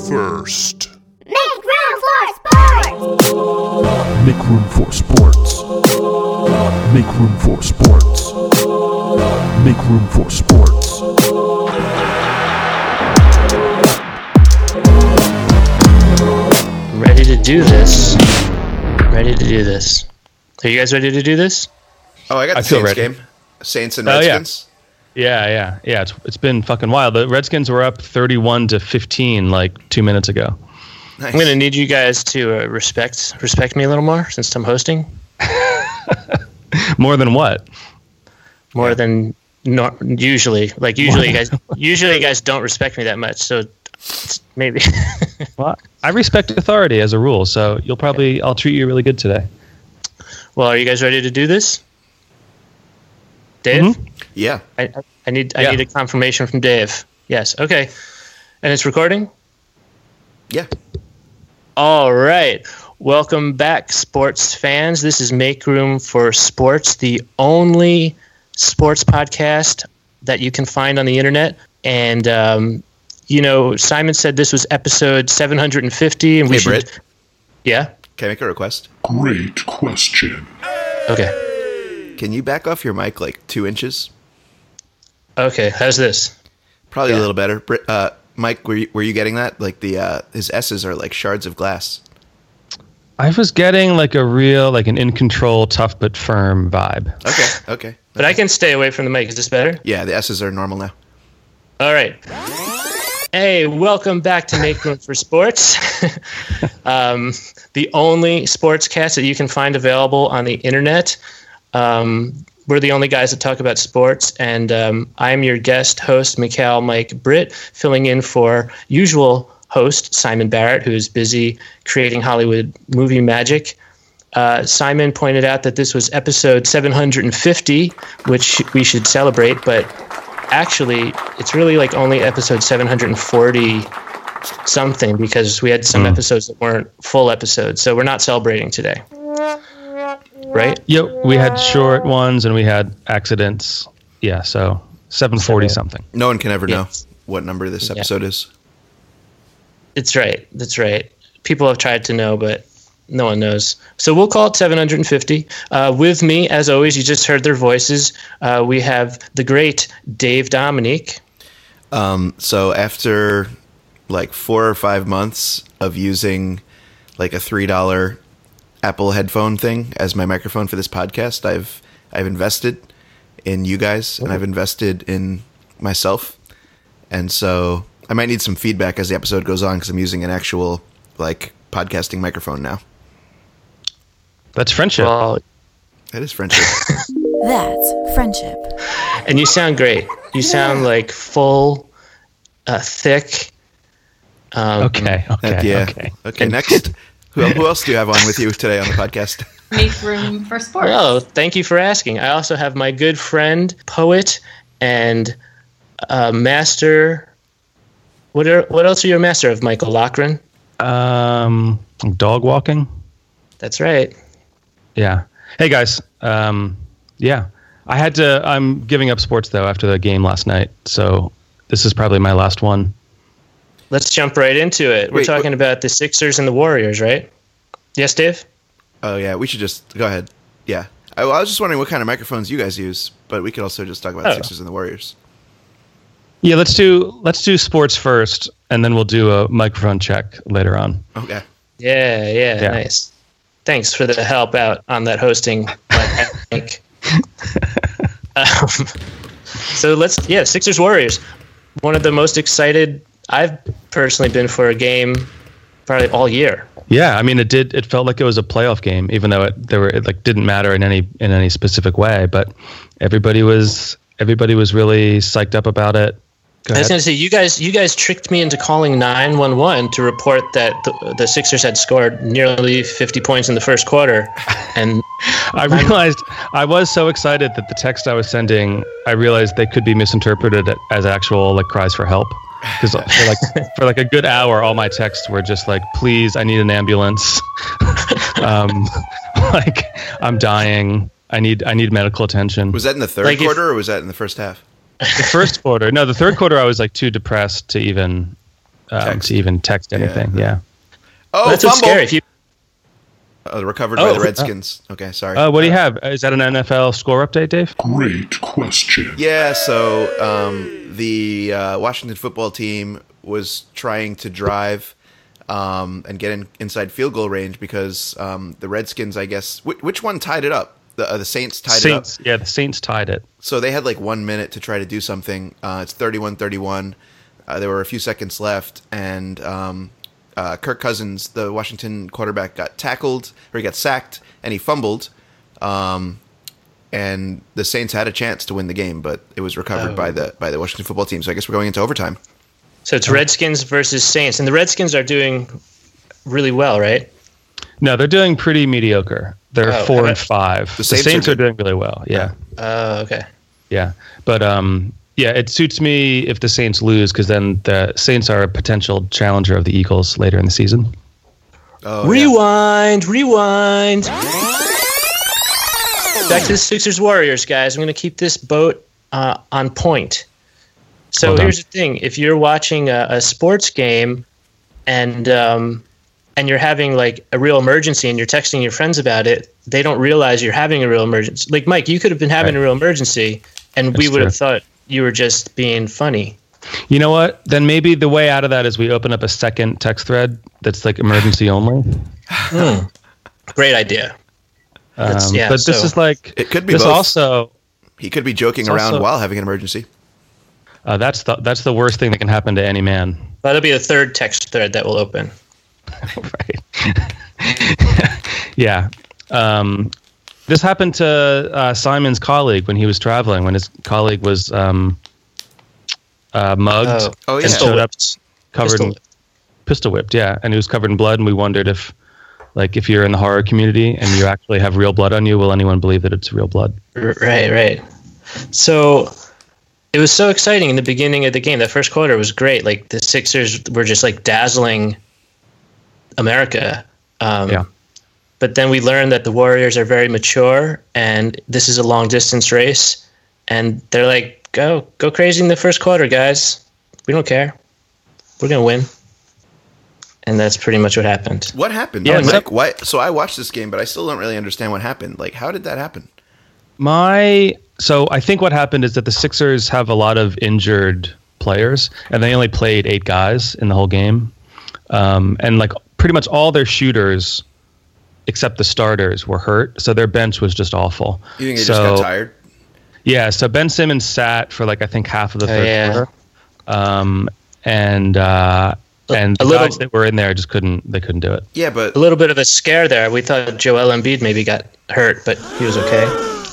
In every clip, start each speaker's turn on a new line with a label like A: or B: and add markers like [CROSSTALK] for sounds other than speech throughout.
A: first.
B: Make room for sports!
C: Make room for sports. Make room for sports. Make room for sports.
D: Ready to do this. Ready to do this. Are you guys ready to do this?
A: Oh, I got the
E: I feel
A: Saints
E: ready.
A: game. Saints and
D: Oh, yeah.
A: Redskins.
D: Yeah, yeah, yeah. It's it's been fucking wild. The Redskins were up thirty-one to fifteen like two minutes ago.
A: Nice.
F: I'm gonna need you guys to uh, respect respect me a little more since I'm hosting
D: More than what?
F: more than nor- usually. Like usually, you
D: [LAUGHS]
F: guys usually you guys don't respect me that much. So it's- maybe [LAUGHS]
D: Well, I respect authority as a rule, so you'll probably I'll treat you really good today.
F: well, are you guys ready to do this? Dave,
A: yeah.
F: I, I need I
D: Mm-hmm. Yeah.
F: need a confirmation from Dave. Yes. Okay. And it's recording.
A: Yeah.
F: All right. Welcome back, sports fans. This is Make Room for Sports, the only sports podcast that you can find on the internet. And, um, you know, Simon said this was episode 750, and we
A: Hey,
F: should.
A: Britt,
F: Yeah.
A: can I make a request?
G: Great question.
F: Okay.
A: Can you back off your mic like two inches?
F: Okay. How's this?
A: Probably a little better. Brit, uh, Mike, were you, were you getting that? Like the uh, his S's are like shards of glass.
D: I was getting like a real like an in control, tough but firm vibe.
A: Okay. Okay.
F: But I can stay away from the mic. Is this better?
A: Yeah, the S's are normal now.
F: All right. Hey, welcome back to Make Room for Sports, um, the only sportscast that you can find available on the internet. Um, we're the only guys that talk about sports, and um, I'm your guest host, Mikhail Mike Britt, filling in for usual host Simon Barrett, who is busy creating Hollywood movie magic. Uh, Simon pointed out that this was episode 750, which we should celebrate, but actually it's really like only episode 740 something because we had some episodes that weren't full episodes so we're not celebrating today right
D: Yep, we had short ones and we had accidents. Yeah, so seven forty something.
A: No one can ever
F: Yes.
A: know what number this episode is.
F: it's right that's right people have tried to know but no one knows so we'll call it 750 uh, with me as always you just heard their voices uh, we have the great dave dominique
A: So after like four or five months of using like a three dollar Apple headphone thing as my microphone for this podcast, I've I've invested in you guys and I've invested in myself, and so I might need some feedback as the episode goes on because I'm using an actual like podcasting microphone now.
D: That's friendship.
F: Well,
A: That is friendship.
H: That's friendship.
F: and you sound great you sound like full uh, thick um,
D: okay, [LAUGHS] okay,
A: Heck yeah.
D: okay. [LAUGHS]
A: Next, who, who else do you have on with you today on the podcast?
I: Make room for sports.
F: Oh, thank you for asking. I also have my good friend, poet, and uh, master. What are what else are you a master of, Michael Lochran?
D: Um, dog walking.
F: That's right.
D: Yeah. Hey guys. Um, yeah. I had to. I'm giving up sports though after the game last night, so this is probably my last one.
F: Let's jump right into it. We're
A: Wait,
F: talking about the Sixers and the Warriors, right? Yes, Dave.
A: Oh yeah, we should just go ahead. Yeah, I, I was just wondering what kind of microphones you guys use, but we could also just talk about the
F: Oh.
A: Sixers and the Warriors.
D: Yeah. Let's do. Let's do sports first, and then we'll do a microphone check later on.
A: Okay.
F: Yeah, yeah,
D: Yeah.
F: nice. Thanks for the help out on that hosting. I
A: [LAUGHS]
F: think. um, so let's yeah, Sixers Warriors. One of the most excited I've personally been for a game probably all year.
D: Yeah. I mean, it did. It felt like it was a playoff game, even though it there were it like didn't matter in any in any specific way. But everybody was everybody was really psyched up about it. Go
F: I was
D: ahead.
F: going to say you guys you guys tricked me into calling 911 to report that the, the Sixers had scored nearly 50 points in the first quarter and
D: I realized I was so excited that the text I was sending, I realized they could be misinterpreted as actual like cries for help.
A: [LAUGHS]
D: Because for like for like a good hour, all my texts were just like, "Please, I need an ambulance. [LAUGHS] um, [LAUGHS] like I'm dying. I need I need medical attention."
A: Was that in the third
F: Like if-
A: quarter or was that in the first half?
D: the first quarter? No, the third quarter, I was like too depressed to even. um,
A: Text.
D: to even text anything. Yeah.
A: [LAUGHS] Oh,
F: That's what's
A: fumble.
F: scary. If you
A: Oh, recovered by
D: Oh,
A: the
D: uh,
A: Redskins. okay, sorry.
D: Uh, what do you have? Is that an NFL score update, Dave?
G: Great question.
A: Yeah, so um, the uh, Washington football team was trying to drive um, and get in, inside field goal range because um, the Redskins, I guess, wh- which one tied it up? The, uh, the Saints tied it up.
D: Saints. Yeah, the Saints tied it.
A: So they had like one minute to try to do something. Uh, it's 31 31. Uh, there were a few seconds left, and um, uh, Kirk Cousins, the Washington quarterback, got tackled or he got sacked and he fumbled. Um, and the Saints had a chance to win the game, but it was recovered by the by the Washington football team. So I guess we're going into overtime.
F: so it's Redskins versus Saints, and the Redskins are doing really well, right?
D: No, they're doing pretty mediocre. They're
F: Oh,
D: four
F: okay.
D: and five. The,
A: Saints
D: Saints,
A: are
D: are, doing really well. Yeah.
F: Oh, okay.
D: Yeah. But um yeah, it suits me if the Saints lose because then the Saints are a potential challenger of the Eagles later in the season.
A: Oh, yeah.
F: rewind, rewind. Back to the Sixers Warriors, guys. I'm going to keep this boat uh, on point. So
D: Well done.
F: here's the thing: if you're watching a, a sports game, and um, and you're having like a real emergency, and you're texting your friends about it, they don't realize you're having a real emergency. Like Mike, you could have been having
D: Right.
F: a real emergency, and we
D: That's
F: would have
D: true.
F: thought you were just being funny.
D: You know what? Then maybe the way out of that is we open up a second text thread that's like emergency only.
F: Great idea. [LAUGHS] That's-
D: Um,
F: yeah,
D: but this
F: so-
D: is like
A: It could be
D: this
A: both.
D: also
A: He could be joking
D: It's
A: around
D: also-
A: while having an emergency.
D: uh, that's the that's the worst thing that can happen to any man.
F: That'll be the third text thread that will open.
D: right. yeah. Um, this happened to uh, Simon's colleague when he was traveling, when his colleague was um, uh, mugged,
F: Oh,
A: Oh, yeah.
D: and showed up covered
F: Pistol
D: in pistol whipped. Yeah, and he was covered in blood, and we wondered if, like, if you're in the horror community and you actually have real blood on you, will anyone believe that it's real blood?
F: R- Right, right. So it was so exciting in the beginning of the game. That first quarter was great. Like the Sixers were just like dazzling America. Um,
D: Yeah.
F: But then we learned that the Warriors are very mature, and this is a long distance race, and they're like, go go crazy in the first quarter, guys. We don't care. We're gonna win. And that's pretty much what happened.
A: What happened?
D: Yeah,
A: Mike,
D: except-
A: why? So I watched this game, but I still don't really understand what happened. Like, how did that happen?
D: My so I think what happened is that the Sixers have a lot of injured players, and they only played eight guys in the whole game, um, and like pretty much all their shooters, except the starters, were hurt. So their bench was just awful.
A: You think they
D: so,
A: just got tired?
D: Yeah. So Ben Simmons sat for like I think half of the
F: Oh,
D: third
F: yeah.
D: quarter, um, and uh, and
F: a
D: the
F: little-
D: guys that were in there just couldn't they couldn't do it.
A: Yeah, but
F: A little bit of a scare there. We thought Joel Embiid maybe got hurt, but he was okay.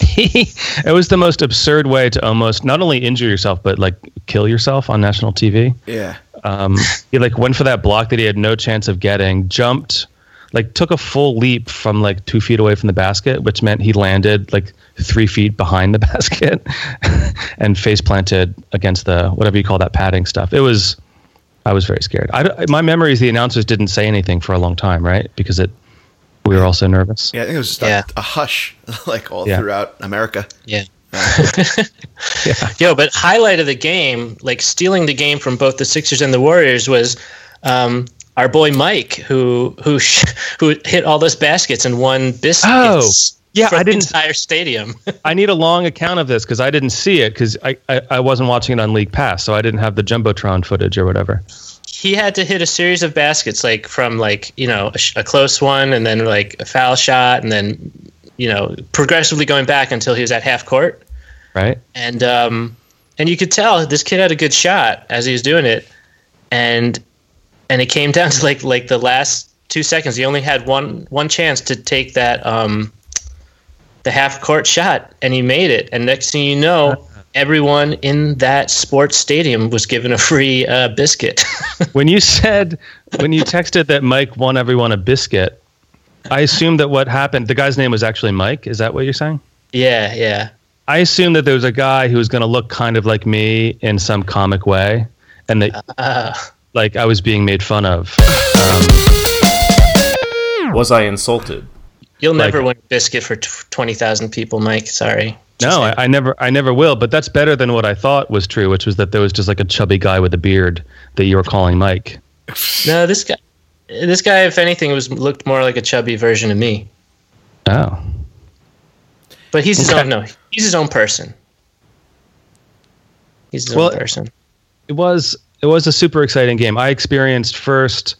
D: [LAUGHS] it was the most absurd way to almost not only injure yourself but like kill yourself on national TV.
A: yeah.
D: Um, he like went for that block that he had no chance of getting, jumped, like took a full leap from like two feet away from the basket, which meant he landed like three feet behind the [LAUGHS] basket and face planted against the whatever you call that padding stuff. It was, I was very scared. I, don't- my memory is the announcers didn't say anything for a long time, right? Because it, we were all so nervous.
A: Yeah, I think it was just
F: Yeah.
A: a, a hush, [LAUGHS] like all
D: Yeah.
A: throughout America.
F: [LAUGHS] Yeah. Yo, but highlight of the game, like stealing the game from both the Sixers and the Warriors, was um, our boy Mike, who who sh- [LAUGHS] who hit all those baskets and won biscuits.
D: yeah,
F: from
D: I
F: the
D: didn't-
F: entire stadium. [LAUGHS]
D: I need a long account of this because I didn't see it because I, I, I wasn't watching it on League Pass, so I didn't have the jumbotron footage or whatever.
F: he had to hit a series of baskets, like from like you know a, sh- a close one, and then like a foul shot, and then you know progressively going back until he was at half court.
D: Right?
F: and um, and you could tell this kid had a good shot as he was doing it, and and it came [LAUGHS] down to like like the last two seconds. He only had one one chance to take that um, the half court shot, and he made it. And next thing you know, everyone in that sports stadium was given a free uh, biscuit. [LAUGHS]
D: when you said when you texted that Mike won everyone a biscuit, I assumed that what happened. The guy's name was actually Mike. Is that what you're saying?
F: yeah, yeah.
D: I assumed that there was a guy who was going to look kind of like me in some comic way, and that like I was being made fun of.
E: Was I insulted?
F: You'll
D: Like-
F: never win a biscuit for t- twenty thousand people, Mike. Sorry.
D: No, I, I never, I never will. But that's better than what I thought was true, which was that there was just like a chubby guy with a beard that you were calling Mike.
F: No, this guy, this guy, if anything, was looked more like a chubby version of me.
D: Oh.
F: But he's his
D: Okay.
F: own. No, he's his own person. He's his
D: Well,
F: own person.
D: It was it was a super exciting game. I experienced first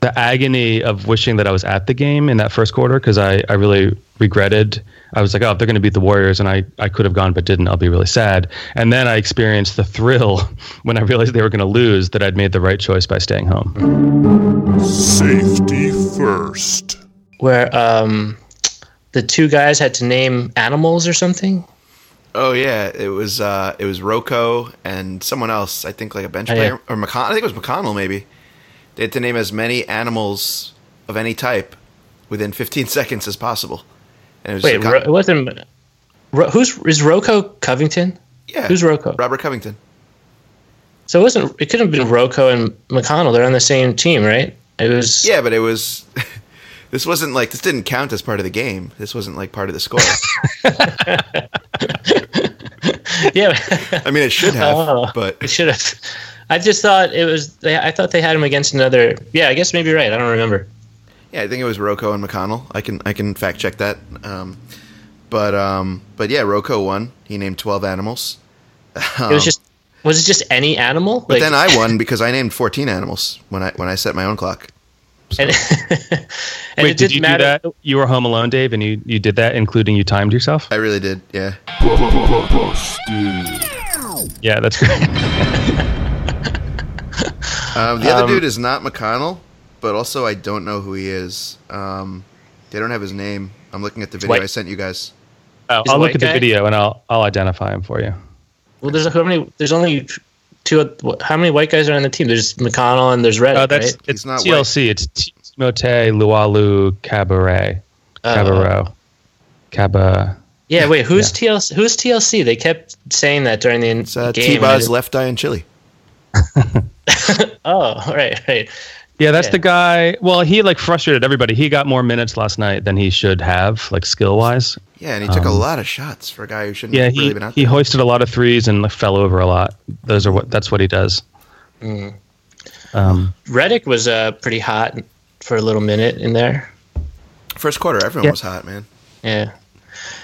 D: the agony of wishing that I was at the game in that first quarter because I, I really regretted. I was like, oh, if they're going to beat the Warriors, and I, I could have gone but didn't. I'll be really sad. And then I experienced the thrill [LAUGHS] when I realized they were going to lose that I'd made the right choice by staying home.
C: Safety first.
F: Where um, the two guys had to name animals or something.
A: Oh yeah, it was uh, it was Rocco and someone else. I think like a bench
F: Oh, yeah.
A: player or McConnell. I think it was McConnell maybe. They had to name as many animals of any type within 15 [LAUGHS] seconds as possible. And it was
F: Wait,
A: McCon-
F: Ro- it wasn't. Ro- who's is Rocco Covington?
A: yeah,
F: who's Rocco?
A: Robert Covington.
F: So it wasn't. It could have been Rocco and McConnell. They're on the same team, right? It was.
A: Yeah, but it was. [LAUGHS] this wasn't like this didn't count as part of the game. This wasn't like part of
F: [LAUGHS]
A: the score.
F: [LAUGHS]
D: [LAUGHS]
F: Yeah.
A: I mean, it should have,
F: Oh.
A: but
F: It should have. I just thought it was. they- I thought they had him against another. Yeah, I guess maybe you're right. I don't remember.
A: Yeah, I think it was Rocco and McConnell. I can I can fact check that. Um, but um, but yeah, Rocco won. He named twelve animals. Um,
F: it
D: Oh.
F: was just. Was it just any animal?
A: But then I won because I named fourteen animals when I when I set my own clock.
F: And, [LAUGHS] and
D: Wait,
F: it
D: did
F: didn't
D: you do
F: matter.
D: that? You were home alone, Dave, and you, you did that, including you timed yourself?
A: I really did. Yeah.
C: Busted.
D: Yeah, that's [LAUGHS] great.
A: Um, the other dude is not McConnell, but also I don't know who he is. Um, they don't have his name. I'm looking at the video
F: White.
A: I sent you guys.
D: I'll
F: He's a
D: look
F: white
D: at
F: guy?
D: the video and I'll I'll identify him for you.
F: Well, there's how many? There's only two. oth- what- How many white guys are on the team? There's McConnell and there's Reddick,
D: Oh, that's
F: right?
A: He's
D: it's
A: not
D: not TLC. It's Timote Lualu Cabaret
F: Uh,
D: Cabaret Caba.
F: yeah. Wait, who's TLC? Who's TLC? They kept saying that during the
A: It's uh,
F: game.
A: T-Boz left eye in Chile.
F: oh, [LAUGHS] right, right.
D: Yeah, that's
F: Yeah.
D: the guy. Well, he like frustrated everybody. He got more minutes last night than he should have, like skill wise.
A: Yeah, and he took a lot of shots for a guy who shouldn't
D: Yeah,
A: have
D: he
A: Mm-hmm. really been out
D: he
A: there.
D: hoisted a lot of threes and like, fell over a lot. Those are what that's what he does. Um,
F: Reddick was uh, pretty hot for a little minute in there.
A: First quarter, everyone
D: Yeah.
A: was hot, man.
F: Yeah.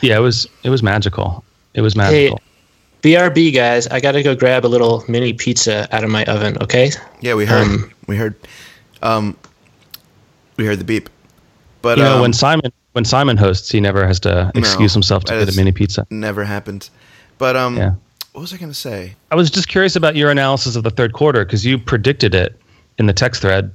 D: yeah, it was it was magical. It was magical.
F: BRB, guys. I got to go grab a little mini pizza out of my oven, okay?
A: Yeah, we heard.
F: Um,
A: we heard. Um, we heard the beep. But
D: you know,
A: um,
D: when Simon when Simon hosts, he never has to excuse himself to
A: that
D: get a
A: is-
D: mini pizza.
A: never happened. But um,
D: Yeah.
A: what was I going to say?
D: I was just curious about your analysis of the third quarter because you predicted it in the text thread.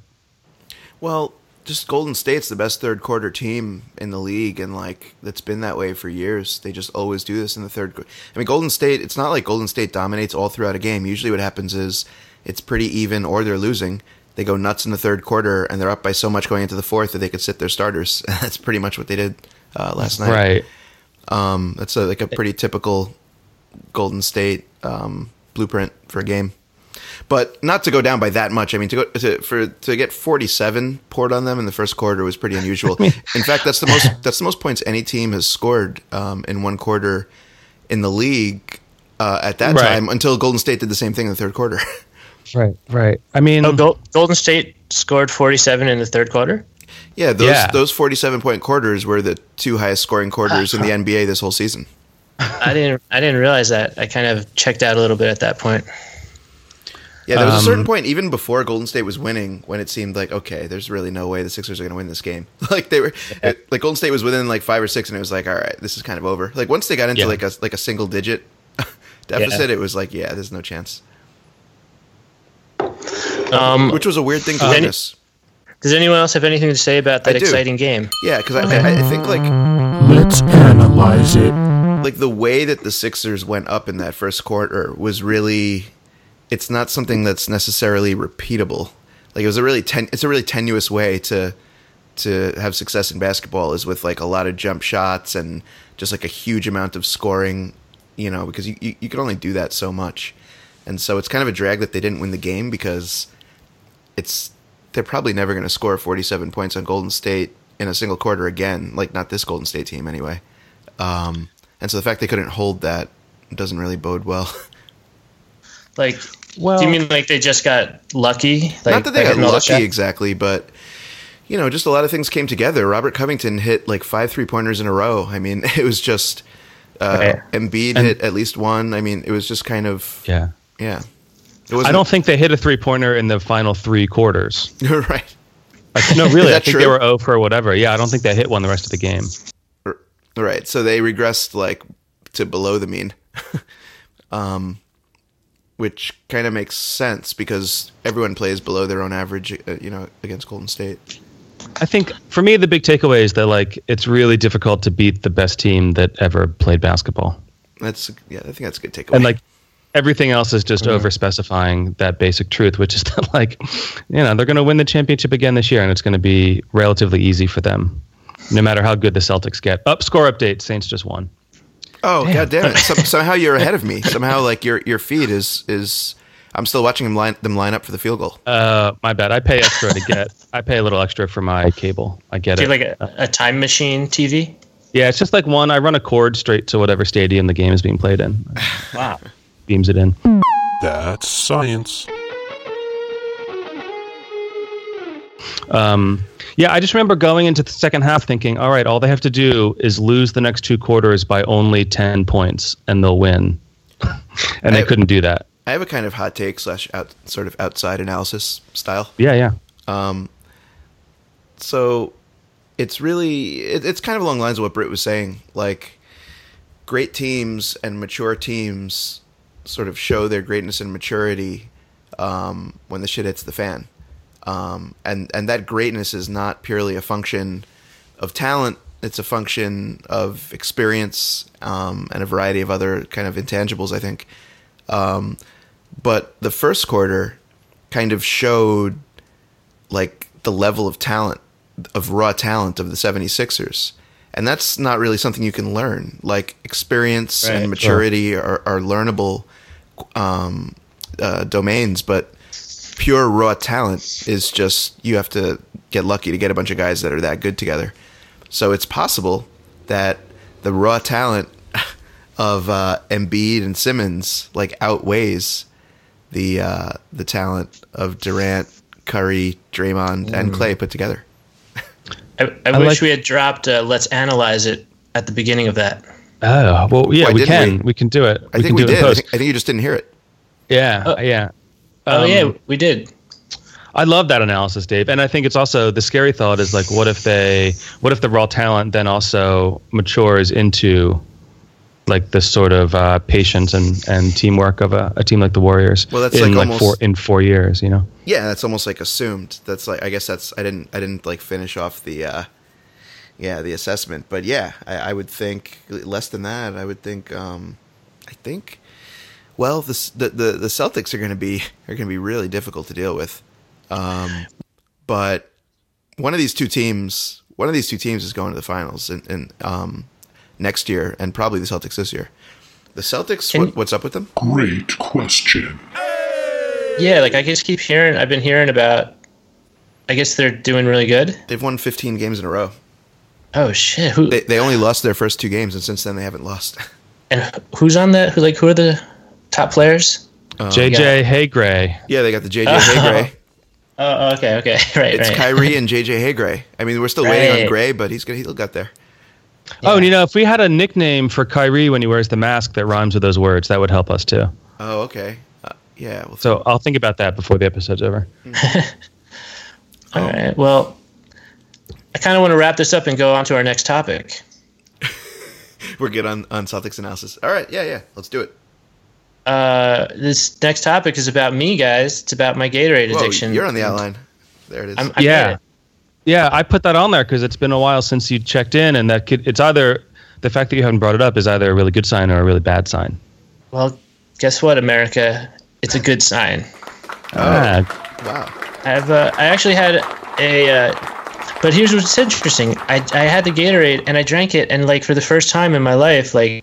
A: Well, just Golden State's the best third quarter team in the league, and like that's been that way for years. They just always do this in the third. qu- I mean, Golden State. It's not like Golden State dominates all throughout a game. Usually, what happens is it's pretty even, or they're losing. They go nuts in the third quarter, and they're up by so much going into the fourth that they could sit their starters. [LAUGHS] that's pretty much what they did uh, last night.
D: Right.
A: Um, that's a, like a pretty typical Golden State um, blueprint for a game, but not to go down by that much. I mean, to go to, for to get forty-seven poured on them in the first quarter was pretty unusual.
D: [LAUGHS]
A: in fact, that's the most that's the most points any team has scored um, in one quarter in the league uh, at that
D: Right.
A: time until Golden State did the same thing in the third quarter. [LAUGHS]
D: Right. Right. I mean,
F: Oh, Gol- Golden State scored 47 in the third quarter.
A: yeah, those
D: Yeah.
A: those forty-seven point quarters were the two highest scoring quarters
D: Uh,
A: in the NBA this whole season.
F: I didn't I didn't realize that. I kind of checked out a little bit at that point.
A: Yeah, there was a certain point even before Golden State was winning when it seemed like okay, there's really no way the Sixers are going to win this game. [LAUGHS] Like they were, it- like Golden State was within like five or six, and it was like all right, this is kind of over. Like once they got into
D: Yeah.
A: like a like a single digit [LAUGHS] deficit, it was like yeah, there's no chance.
F: Um,
A: Which was a weird thing to
F: Any-
A: witness.
F: does anyone else have anything to say about that
A: I do.
F: exciting game?
A: Yeah, because I, I, I think like
C: Let's analyze it.
A: like the way that the Sixers went up in that first quarter was really, it's not something that's necessarily repeatable. Like it was a really ten, it's a really tenuous way to to have success in basketball is with like a lot of jump shots and just like a huge amount of scoring, you know, because you, you, you can only do that so much. And so it's kind of a drag that they didn't win the game because it's they're probably never going to score 47 points on Golden State in a single quarter again, like not this Golden State team anyway. [LAUGHS] Um, and so the fact they couldn't hold that doesn't really bode well.
F: Like
D: Well,
F: Do you mean like they just got lucky? Like,
A: Not that they
F: like
A: got
F: another
A: lucky
F: check?
A: exactly, but you know, just a lot of things came together. Robert Covington hit like five three pointers in a row. I mean, [LAUGHS] it was just uh,
F: Right.
A: Embiid
D: Oh, And-
A: hit at least one. I mean, it was just kind of
D: yeah.
A: yeah. It was
D: I don't think they hit a three pointer in the final three quarters.
A: [LAUGHS] right. [LAUGHS]
D: Like, no, really, I
A: that
D: think
A: true?
D: they were 0 for whatever. Yeah, I don't think they hit one the rest of the game.
A: R- Right. So they regressed like to below the mean. [LAUGHS] um which kind of makes sense because everyone plays below their own average, uh, you know, against Golden State.
D: I think for me, the big takeaway is that like it's really difficult to beat the best team that ever played basketball,
A: That's yeah, I think that's a good takeaway.
D: and like everything else is just
F: Mm-hmm.
D: over specifying that basic truth, which is [LAUGHS] that like you know they're going to win the championship again this year, and it's going to be relatively easy for them, no matter how good the Celtics get. Up score update: Saints just won.
A: Oh god damn it! Some, somehow you're ahead of me. Somehow like your your feed is is. I'm still watching them line them line up for the field goal.
D: Uh, my bad. I pay extra to
F: [LAUGHS]
D: get. I pay a little extra for my cable. I get
F: Do
D: it.
F: you like a, a time machine TV?
D: yeah, it's just like one. I run a cord straight to whatever stadium the game is being played in.
F: Wow.
D: Beams it in.
C: That's science.
D: Um, yeah, I just remember going into the second half thinking, all right, all they have to do is lose the next two quarters by only 10 points and they'll win. [LAUGHS] and they
A: I-
D: couldn't do that.
A: I have a kind of hot take slash out, sort of outside analysis style.
D: Yeah, yeah.
A: So it's really it, it's kind of along the lines of what Britt was saying. Like great teams and mature teams sort of show their greatness and maturity um, when the shit hits the fan. Um, and and that greatness is not purely a function of talent. It's a function of experience um, and a variety of other kind of intangibles. I think. Um, but the first quarter kind of showed like the level of talent of raw talent of the 76ers and that's not really something you can learn like experience and maturity are, are learnable um, uh, domains but pure raw talent is just you have to get lucky to get a bunch of guys that are that good together so it's possible that the raw talent [LAUGHS] of uh, Embiid and Simmons like outweighs the uh, the talent of Durant, Curry, Draymond,
D: Mm.
A: and Clay put together.
F: I, I, wish
D: like-
F: we had dropped uh, Let's Analyze It at the beginning of that.
D: Oh, well, yeah,
A: Why
D: we
A: didn't
D: can.
A: we?
D: We? can do it.
A: I
D: we
A: think
D: can
A: we
D: do it
A: did.
D: in
A: I
D: post.
A: think, I think you just didn't hear it.
D: yeah, yeah.
F: Oh,
D: Um,
F: yeah, we did.
D: I love that analysis, Dave. And I think it's also the scary thought is like, what if they, what if the raw talent then also matures into like this sort of uh, patience and, and teamwork of a, a team like the Warriors?
A: Well, that's
D: in
A: like
D: four
A: almost-
D: in four years, you know.
A: Yeah, that's almost like assumed. That's like I guess that's I didn't I didn't like finish off the uh, yeah the assessment, but yeah, I, I would think less than that. I would think um, I think well the S- the the, the Celtics are going to be are going to be really difficult to deal with, um, but one of these two teams one of these two teams is going to the finals and and um, next year and probably the Celtics this year. The Celtics, what, what's up with them?
G: Great question.
F: Yeah, like I just keep hearing, I've been hearing about, I guess they're doing really good.
A: They've won 15 games in a row.
F: Oh, shit. Who,
A: They, they only lost their first two games, and since then they haven't lost. [LAUGHS]
F: and who's on that? Who, like, who are the top players?
D: JJ, hey Gray.
A: yeah, they got the JJ Haygray.
F: Oh, okay, okay. [LAUGHS] Right,
A: [LAUGHS] It's
F: right.
A: Kyrie and JJ Haygray. I mean, we're still waiting on
F: Right.
A: Gray, but he's gonna he'll get there.
D: Oh, and you know, if we had a nickname for Kyrie when he wears the mask that rhymes with those words, that would help us too.
A: Oh, okay. Uh, yeah. Well,
D: So I'll think about that before the episode's over.
F: All right. Well, I kind of want to wrap this up and go on to our next topic.
A: we're good on on Celtics analysis. All right. Yeah, yeah. Let's do it.
F: Uh, this next topic is about me, guys. It's about my Gatorade
A: Whoa,
F: addiction.
A: you're on the outline. There it is.
F: I'm, I'm
D: Yeah.
F: yeah.
D: Yeah, I put that on there because it's been a while since you checked in, and that could, it's either the fact that you haven't brought it up is either a really good sign or a really bad sign.
F: Well, guess what, America? It's a good sign.
D: Ah,
A: wow.
F: I've uh, I actually had a. Uh, but here's what's interesting. I, I had the Gatorade and I drank it and like for the first time in my life, like,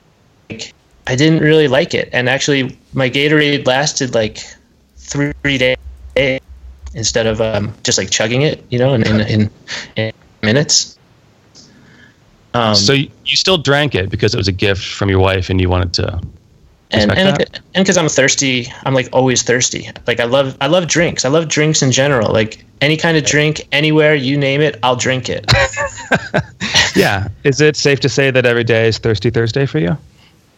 F: like, I didn't really like it. And actually, my Gatorade lasted like three days instead of um, just like chugging it, you know, in in, in, in minutes. Um,
D: so you you still drank it because it was a gift from your wife, and you wanted to
F: and and
D: Respect
F: and because I'm thirsty, I'm like always thirsty. Like I love I love drinks. I love drinks in general. Like any kind of drink, anywhere you name it, I'll drink it.
D: Yeah. Is it safe to say that every day is Thirsty Thursday for you?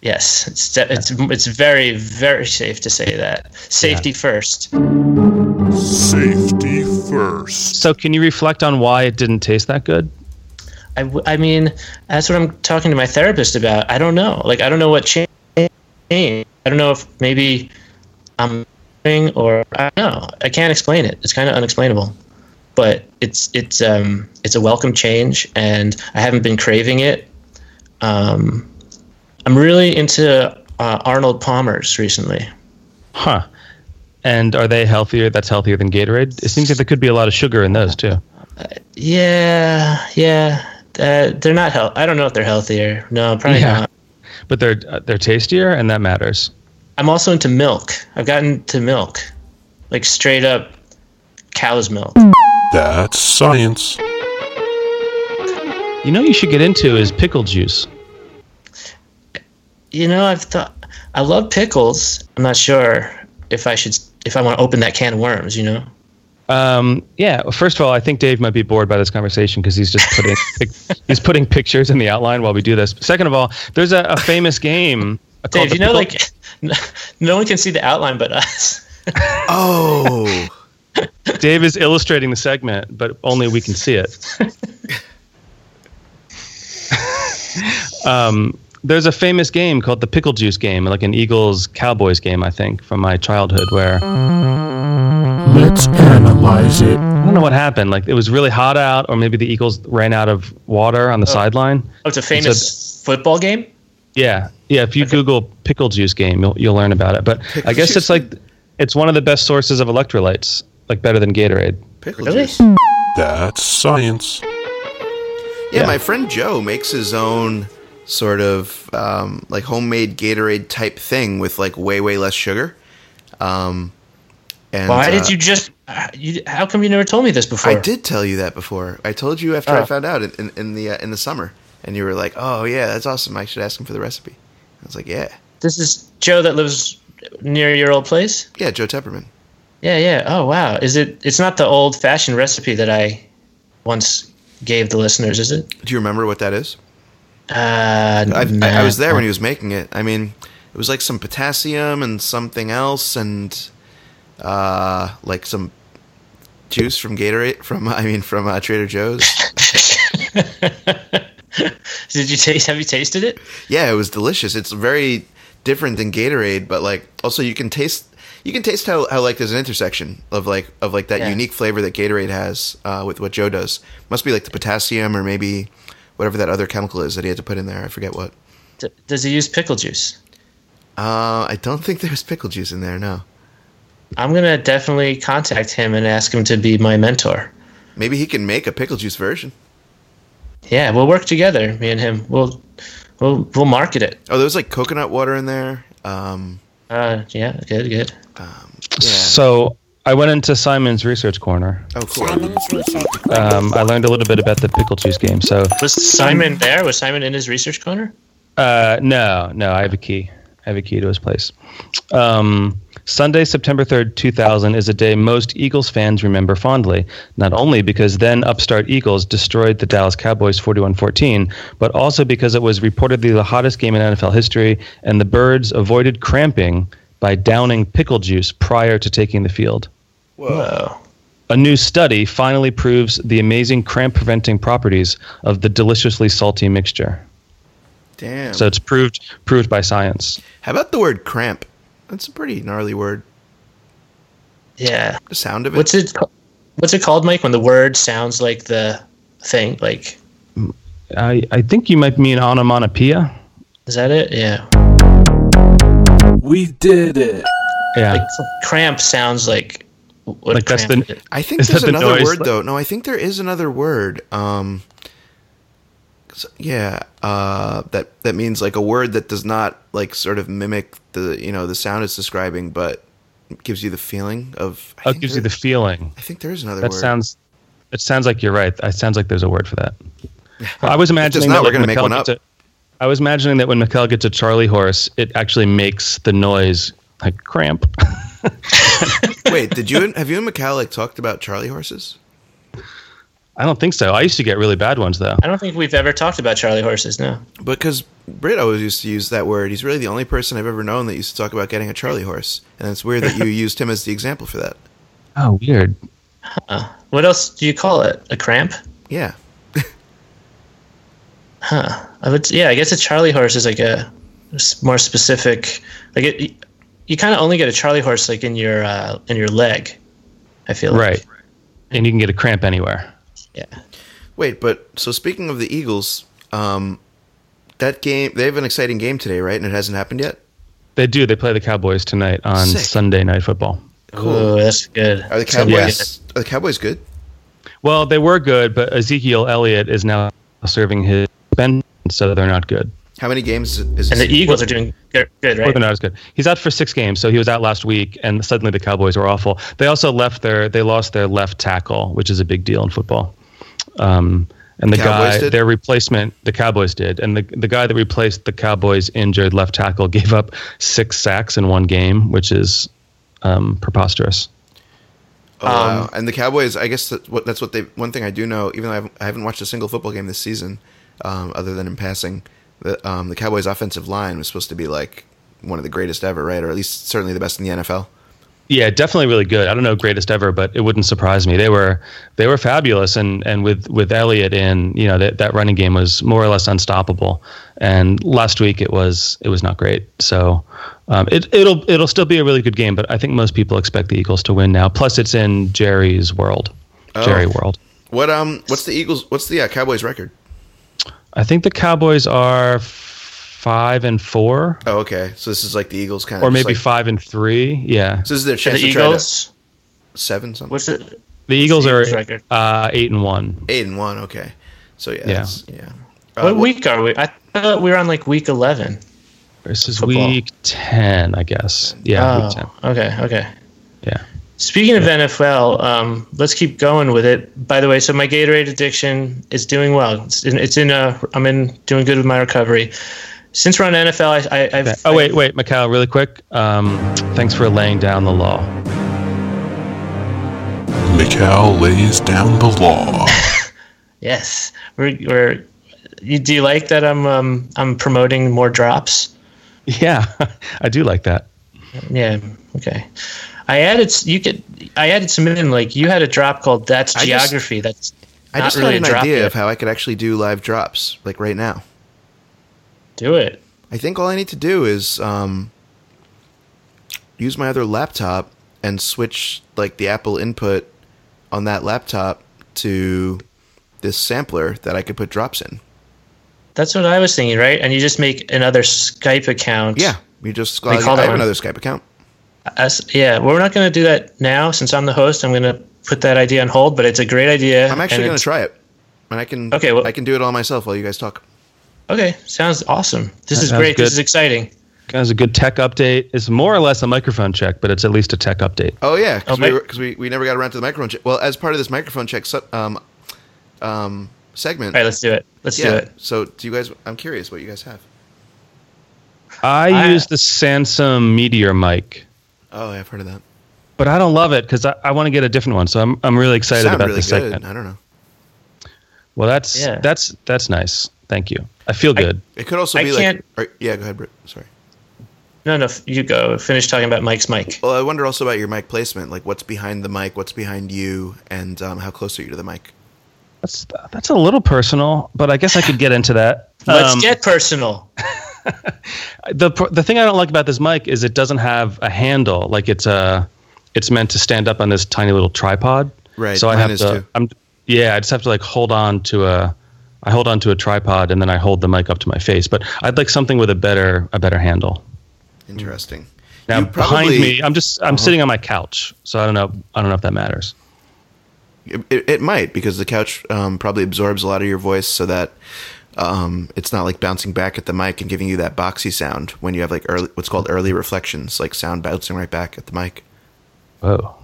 F: yes, it's de- it's it's very very safe to say that safety first.
G: Safety first.
D: So can you reflect on why it didn't taste that good?
F: I, w- I mean, that's what I'm talking to my therapist about. I don't know. Like, I don't know what changed. I don't know if maybe I'm or I don't know. I can't explain it. It's kind of unexplainable. But it's it's um it's a welcome change, and I haven't been craving it. Um, I'm really into uh, Arnold Palmer's recently.
D: Huh. And are they healthier? That's healthier than Gatorade. It seems like there could be a lot of sugar in those too.
F: Yeah, yeah. Uh, they're not health. I don't know if they're healthier. No, probably
D: Yeah.
F: not.
D: But they're uh, they're tastier, and that matters.
F: I'm also into milk. I've gotten to milk, like straight up cow's milk.
G: That's science.
D: You know, what you should get into is pickle juice.
F: You know, I've thought I love pickles. I'm not sure if I should if I want to open that can of worms. You know,
D: Um, yeah. well, First of all, I think Dave might be bored by this conversation because he's just
F: [LAUGHS]
D: putting pic- he's putting pictures in the outline while we do this. Second of all, there's a, a famous game. uh, called
F: Dave.
D: the
F: You know,
D: pickle-
F: like [LAUGHS] no one can see the outline but us. [LAUGHS]
A: Oh,
D: Dave is illustrating the segment, but only we can see it. um, there's a famous game called the pickle juice game, like an Eagles Cowboys game, I think, from my childhood, where I
C: Let's analyze it.
D: don't know what happened. Like it was really hot out, or maybe the Eagles ran out of water on the sideline.
F: Oh, it's a famous football game.
D: Yeah, yeah. If you Google pickle juice game, you'll you'll learn about it. But I guess it's like it's one of the best sources of electrolytes, like better than Gatorade.
A: pickle
F: Really?
A: juice.
G: That's science.
A: Yeah, my friend Joe makes his own sort of um, like homemade Gatorade type thing with like way way less sugar. Um, and
F: Why
A: uh,
F: did you just? uh, You, how come you never told me this before?
A: I did tell you that before. I told you after I found out in, in, in the uh, in the summer, and you were like, "Oh yeah, that's awesome. I should ask him for the recipe." I was like, "Yeah,
F: This is Joe that lives near your old place.
A: yeah, Joe Tepperman."
F: Yeah, yeah. Oh, wow. Is it? It's not the old-fashioned recipe that I once gave the listeners, is it?
A: Do you remember what that is?
F: Uh,
A: I've,
F: nah.
A: I, I was there when he was making it. I mean, it was like some potassium and something else, and uh, like some juice from Gatorade from [LAUGHS] I mean from uh, Trader Joe's.
F: Did you taste? Have you tasted it?
A: Yeah, it was delicious. It's very different than Gatorade, but like also you can taste you can taste how, how like there's an intersection of like of like that
F: Yeah.
A: unique flavor that Gatorade has uh, with what Joe does. Must be like the potassium or maybe whatever that other chemical is that he had to put in there. I forget what.
F: D- does he use pickle juice?
A: Uh, I don't think there's pickle juice in there. No,
F: I'm gonna definitely contact him and ask him to be my mentor.
A: maybe he can make a pickle juice version.
F: Yeah, we'll work together, me and him. We'll we'll we'll market it.
A: Oh, there was like coconut water in there. Um,
F: Uh, yeah, good, good.
A: yeah.
D: So I went into Simon's research corner.
A: Oh, cool.
D: Um, I learned a little bit about the pickle juice game. So
F: Was Simon there? Was Simon in his research corner?
D: Uh, no, no, I have a key. I have a key to his place. Um, Sunday, September 3rd, 2000 is a day most Eagles fans remember fondly, not only because then upstart Eagles destroyed the Dallas Cowboys 41 14, but also because it was reportedly the hottest game in NFL history and the Birds avoided cramping by downing pickle juice prior to taking the field.
F: Whoa.
D: A new study finally proves the amazing cramp preventing properties of the deliciously salty mixture.
A: Damn.
D: So it's proved proved by science.
A: how about the word cramp? That's a pretty gnarly word.
F: Yeah.
A: The sound of it.
F: What's it? ca- What's it called, Mike? When the word sounds like the thing, like
D: I, I think you might mean onomatopoeia.
F: is that it? Yeah.
J: We did it.
D: Yeah.
F: Like cramp sounds like what
D: Like, that's
F: cramp
D: the-
F: is.
A: I think
D: Is
A: there's
D: that the
A: another
D: noise?
A: word though. No, I think there is another word. Um, so- yeah, uh, that that means like a word that does not like sort of mimic the you know the sound it's describing, but gives you the feeling of. I
D: oh, it
A: think
D: gives you
A: there-
D: the feeling.
A: I think there is another
D: That
A: word.
D: sounds
A: [LAUGHS]
D: it sounds like you're right. It sounds like there's a word for that. I was imagining
A: not,
D: that
A: we're gonna
D: like,
A: make
D: Mattel
A: one
D: gets
A: up.
D: a- I was imagining that when Mikkel gets a Charlie horse, it actually makes the noise like cramp.
A: [LAUGHS]
D: [LAUGHS]
A: Wait, did you and- have you and Mikhail like talked about Charlie horses?
D: I don't think so. I used to get really bad ones though.
F: I don't think we've ever talked about Charlie horses. No.
A: Because Britt always used to use that word. He's really the only person I've ever known that used to talk about getting a Charlie horse, and it's weird
D: [LAUGHS]
A: that you used him as the example for that.
D: Oh, weird.
F: What else do you call it? A cramp?
A: Yeah,
F: I would, yeah, I guess a Charlie horse is like a s- more specific. Like it, you kind of only get a Charlie horse like in your uh, in your leg. I feel like.
D: Right. And you can get a cramp anywhere.
F: Yeah.
A: Wait, but so speaking of the Eagles, um, that game they have an exciting game today, right? And it hasn't happened yet.
D: They do. They play the Cowboys tonight on
A: Sick.
D: Sunday Night Football.
F: Ooh, that's good.
A: Are the
F: That's gonna be
A: Cowboys? Are the Cowboys good?
D: Well, they were good, but Ezekiel Elliott is now serving his bench, so they're not good.
A: How many games is?
F: good. And the E-
A: this-
F: Eagles are doing good, good
D: Or
F: right?
D: they're not as good. He's out for six games, so he was out last week, and suddenly the Cowboys were awful. They also left their they lost their left tackle, which is a big deal in football. Um, and the
A: Cowboys
D: guy,
A: did?
D: their replacement, the Cowboys did, and the the guy that replaced the Cowboys injured left tackle [LAUGHS] gave up six sacks in one game, which is um, preposterous.
A: Oh, wow.
F: um,
A: And the Cowboys, I guess that, what, that's what they. One thing I do know, even though I haven't, I haven't watched a single football game this season, um, other than in passing, the um, the Cowboys' offensive line was supposed to be like one of the greatest ever, right? Or at least certainly the best in the NFL.
D: Yeah, definitely really good. I don't know greatest ever, but it wouldn't surprise me. They were they were fabulous, and and with with Elliott in, you know that that running game was more or less unstoppable. And last week it was it was not great. So um, it it'll it'll still be a really good game, but I think most people expect the Eagles to win now. Plus, it's in Jerry's world, Jerry world.
A: What um? What's the Eagles? What's the uh, Cowboys' record?
D: I think the Cowboys are f- five and four,
A: Oh, okay. So this is like the Eagles kind of,
D: or maybe five and three. Yeah,
A: So this is their
F: The
A: chance to try
F: Eagles.
A: to seven something.
F: What's it?
D: the Eagles are
F: Eagles record.
D: uh, eight and one.
A: Eight and one. Okay. So yeah.
D: Yeah.
A: that's- yeah. Uh,
F: What week are we? I thought we were on like week eleven.
D: This is
F: Football.
D: week ten, I guess. Yeah, week ten.
F: Oh, okay, okay.
D: Yeah.
F: Speaking of NFL, um, let's keep going with it. By the way, so my Gatorade addiction is doing well. It's in, it's in a, I'm in doing good with my recovery. Since we're on NFL, I, I, I've
D: Oh wait, wait, Mikhail, really quick. Um, thanks for laying down the law. [LAUGHS]
G: Mikal lays down the law.
F: yes, we're, we're you, do you like that I'm um, I'm promoting more drops?
D: Yeah, I do like that.
F: Yeah, okay. I added s- you could I added some in like you had a drop called that's
A: I just-
F: geography. that's
A: I
F: not
A: just
F: really a
A: got an
F: drop
A: idea
F: yet.
A: of how I could actually do live drops, like right now.
F: do it.
A: I think all I need to do is um, use my other laptop and switch like the Apple input on that laptop to this sampler that I could put drops in.
F: That's what I was thinking, right? And you just make another Skype account.
A: Yeah, you just
F: They
A: I,
F: call that
A: have
F: one-
A: another Skype account.
F: As, yeah, well, we're not going to do that now since I'm the host. I'm going to put that idea on hold, but it's a great idea.
A: I'm
F: and
A: actually going to
F: it's-
A: try it, and I can
F: Okay, well-
A: I can do it all myself while you guys talk.
F: Okay, sounds awesome. This
D: That
F: is
D: sounds
F: great.
D: good.
F: This is exciting.
D: That was a good tech update. It's more or less a microphone check, but it's at least a tech update.
A: Oh yeah,
F: Oh,
A: because we,
F: my-
A: were- 'cause we we never got around to the microphone check. Well, as part of this microphone check se- um, um, segment,
F: All right, let's do it. Let's do it.
A: So, do you guys? I'm curious what you guys have.
D: I,
F: I-
D: use the Samsung Meteor mic,
A: Oh, I've heard of that.
D: but I don't love it because I, I want to get a different one. So I'm I'm really excited
A: Sound
D: about
A: really
D: this
A: good.
D: segment.
A: I don't know.
D: Well, that's
F: Yeah.
D: that's that's nice. Thank you. I feel good.
A: It could also
F: I
A: be
F: can't-
A: like. Or, yeah, go ahead, Britt. Sorry.
F: No, no, f- you go. Finish talking about Mike's mic.
A: Well, I wonder also about your mic placement. Like, what's behind the mic? What's behind you? And um, how close are you to the mic?
D: that's that's a little personal, but I guess I could get into that.
F: Let's
D: Um,
F: get personal.
D: the pr- the thing I don't like about this mic is it doesn't have a handle. Like it's a, it's meant to stand up on this tiny little tripod.
A: Right,
D: So I
A: mine
D: have
A: is
D: to.
A: too.
D: I'm yeah. I just have to like hold on to a. I hold on to a tripod and then I hold the mic up to my face. But I'd like something with a better a better handle.
A: Interesting.
D: Hmm. Now
A: You
D: behind
A: probably- Uh-huh.
D: me, I'm just I'm sitting on my couch, so I don't know I don't know if that matters.
A: It, it, it might because the couch um, probably absorbs a lot of your voice, so that um, it's not like bouncing back at the mic and giving you that boxy sound when you have like early what's called early reflections, like sound bouncing right back at the mic.
D: Whoa.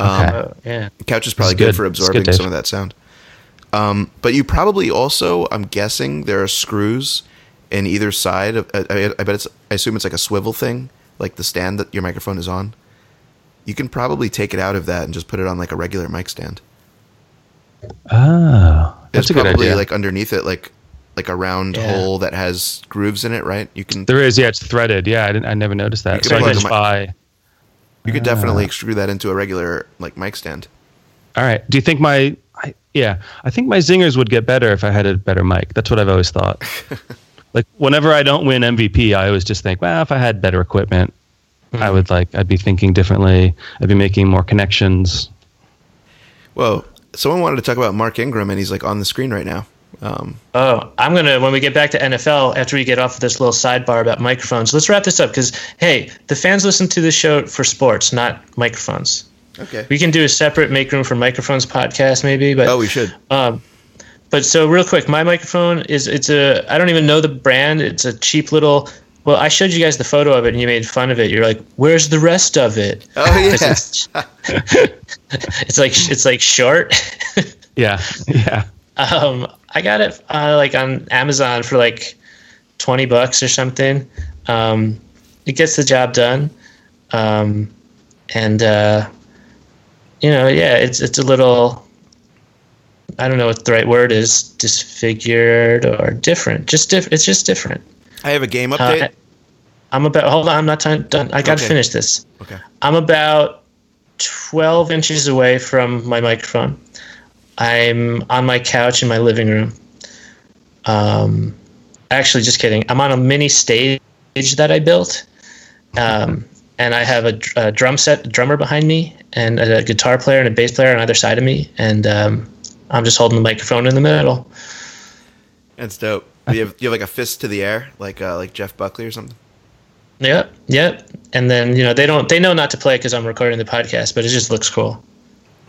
A: Um,
F: Oh, yeah.
A: The couch is probably
D: It's
A: good.
D: good.
A: for
D: It's
A: absorbing
D: good, Dave.
A: some of that sound. Um, but you probably also, I'm guessing, there are screws in either side of I, I I bet it's I assume it's like a swivel thing, like the stand that your microphone is on. You can probably take it out of that and just put it on like a regular mic stand.
D: Oh, that's
A: It's
D: a good
A: probably
D: idea.
A: like underneath it, like like a round hole that has grooves in it, right? You can
D: there is, yeah, it's threaded. Yeah, I, didn't, I never noticed that.
A: could
D: So I
A: plug
D: can
A: the mi-
D: buy.
A: you could definitely screw that into a regular like mic stand.
D: All right. Do you think my? I, yeah, I think my zingers would get better if I had a better mic. That's what I've always thought. like whenever I don't win MVP, I always just think, well, if I had better equipment,
F: Hmm.
D: I would like I'd be thinking differently. I'd be making more connections.
A: Well, someone wanted to talk about Mark Ingram, and he's like on the screen right now. Um,
F: Oh, I'm gonna when we get back to NFL after we get off of this little sidebar about microphones. Let's wrap this up because hey, the fans listen to this show for sports, not microphones.
A: okay.
F: We can do a separate make room for microphones podcast maybe, but
A: Oh, we
D: [LAUGHS]
A: should.
F: but so real quick, my microphone is it's a I don't even know the brand. It's a cheap little. Well, I showed you guys the photo of it and you made fun of it. You're like, "Where's the rest of it?" [LAUGHS]
A: Oh yeah.
F: It's, it's like it's like short. [LAUGHS]
D: Yeah, [LAUGHS] yeah.
F: Um, I got it uh, like on Amazon for like twenty bucks or something. Um, it gets the job done, um, and uh, you know, yeah, it's it's a little. I don't know what the right word is, disfigured or different. Just diff- It's just different.
A: [LAUGHS] I have a game
F: Uh,
A: update.
F: I'm about. Hold on, I'm not time, done. I got to
A: Okay.
F: finish this.
A: okay.
F: I'm about 12 inches away from my microphone. I'm on my couch in my living room. Um, actually, just kidding. I'm on a mini stage that I built. Um, and I have a, dr- a drum set, drummer behind me, and a guitar player and a bass player on either side of me. And um, I'm just holding the microphone in the middle.
A: That's dope. You have you have like a fist to the air, like uh, like Jeff Buckley or something.
F: Yep, yep. And then, you know, they don't, they know not to play because I'm recording the podcast, but it just looks cool.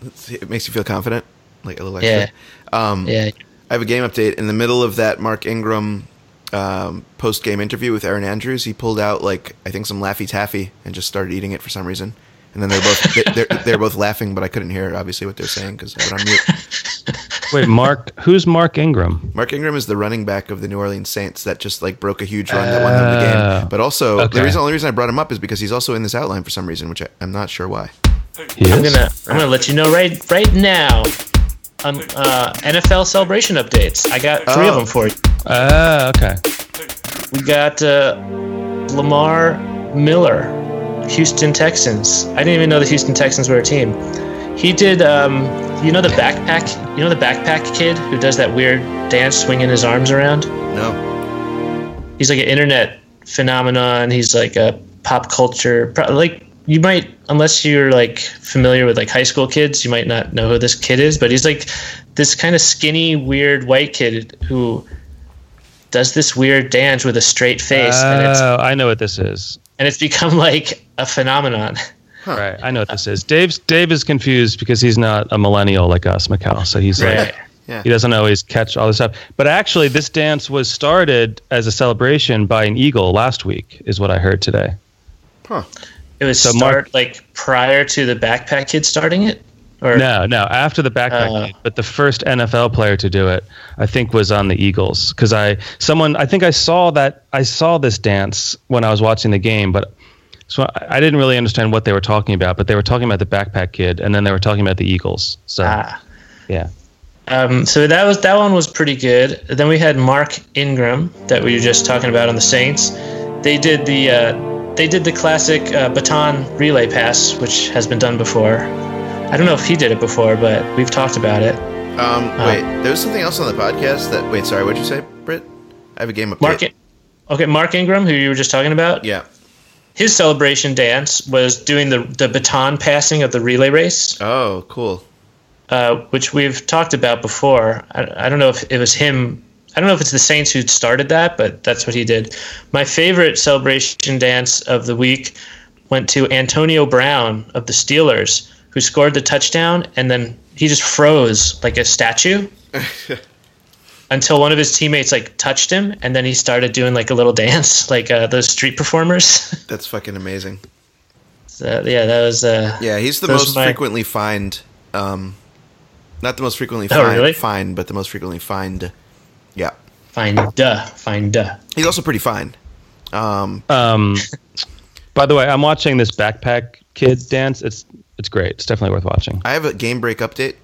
A: It's- It makes you feel confident, like a little
F: Yeah.
A: extra. Um,
F: Yeah.
A: I have a game update. In the middle of that Mark Ingram um, post game interview with Aaron Andrews, he pulled out like I think some Laffy Taffy and just started eating it for some reason. And then they're both they- they're, they're both laughing, but I couldn't hear obviously what they're saying because I was on mute.
D: Wait, Mark, who's Mark Ingram?
A: Mark Ingram is the running back of the New Orleans Saints that just like broke a huge run that won them the game. But also
D: okay.
A: the reason only reason I brought him up is because he's also in this outline for some reason, which I, I'm not sure why.
D: He
F: I'm
D: is?
F: gonna I'm gonna let you know right right now. Um, uh, NFL celebration updates. I got three of
A: Oh.
F: them for you.
D: Ah, okay.
F: We got uh, Lamar Miller, Houston Texans. I didn't even know the Houston Texans were a team. He did. Um, you know the backpack. You know the backpack kid who does that weird dance, swinging his arms around.
A: No,
F: He's like an internet phenomenon. He's like a pop culture. pro- Like you might, unless you're like familiar with like high school kids, you might not know who this kid is. But he's like this kind of skinny, weird white kid who does this weird dance with a straight face, and it's
D: Oh, I know what this is.
F: and it's become like a phenomenon.
D: Right, I know what this is. Dave's Dave is confused because he's not a millennial like us, Mikal. So he's like,
A: yeah,
D: he doesn't always catch all this stuff. But actually, this dance was started as a celebration by an eagle last week, is what I heard today.
A: huh?
F: It was
D: So
F: start
D: Mark-
F: like prior to the backpack kid starting it. Or
D: No, no, after the backpack,
F: Oh.
D: game, but the first NFL player to do it, I think, was on the Eagles because I someone I think I saw that I saw this dance when I was watching the game, but so I, I didn't really understand what they were talking about. But they were talking about the backpack kid, and then they were talking about the Eagles. So
F: Ah.
D: yeah,
F: Um, so that was that one was pretty good. Then we had Mark Ingram that we were just talking about on the Saints. They did the uh, they did the classic uh, baton relay pass, which has been done before. I don't know if he did it before, but we've talked about it.
A: Um, wait, there was something else on the podcast that. Wait, sorry, what'd you say, Britt? I have a game update.
F: Mark, okay, Mark Ingram, who you were just talking about,
A: Yeah.
F: his celebration dance was doing the the baton passing of the relay race.
A: Oh, cool.
F: uh, which we've talked about before. I, I don't know if it was him. I don't know if it's the Saints who started that, but that's what he did. My favorite celebration dance of the week went to Antonio Brown of the Steelers, who scored the touchdown and then he just froze like a statue until one of his teammates like touched him and then he started doing like a little dance [LAUGHS] like uh, those street performers. [LAUGHS]
A: That's fucking amazing.
F: so, yeah, that was uh,
A: Yeah, he's the
F: Those
A: most
F: are my-
A: frequently fined. Um, not the most frequently
F: Oh,
A: fined,
F: really?
A: fined, but the most frequently fined. Yeah.
F: Fine duh. Fine duh.
A: He's also pretty fine. Um,
D: Um, by the way, I'm watching this backpack kid dance. It's it's great. It's definitely worth watching.
A: I have a game break update.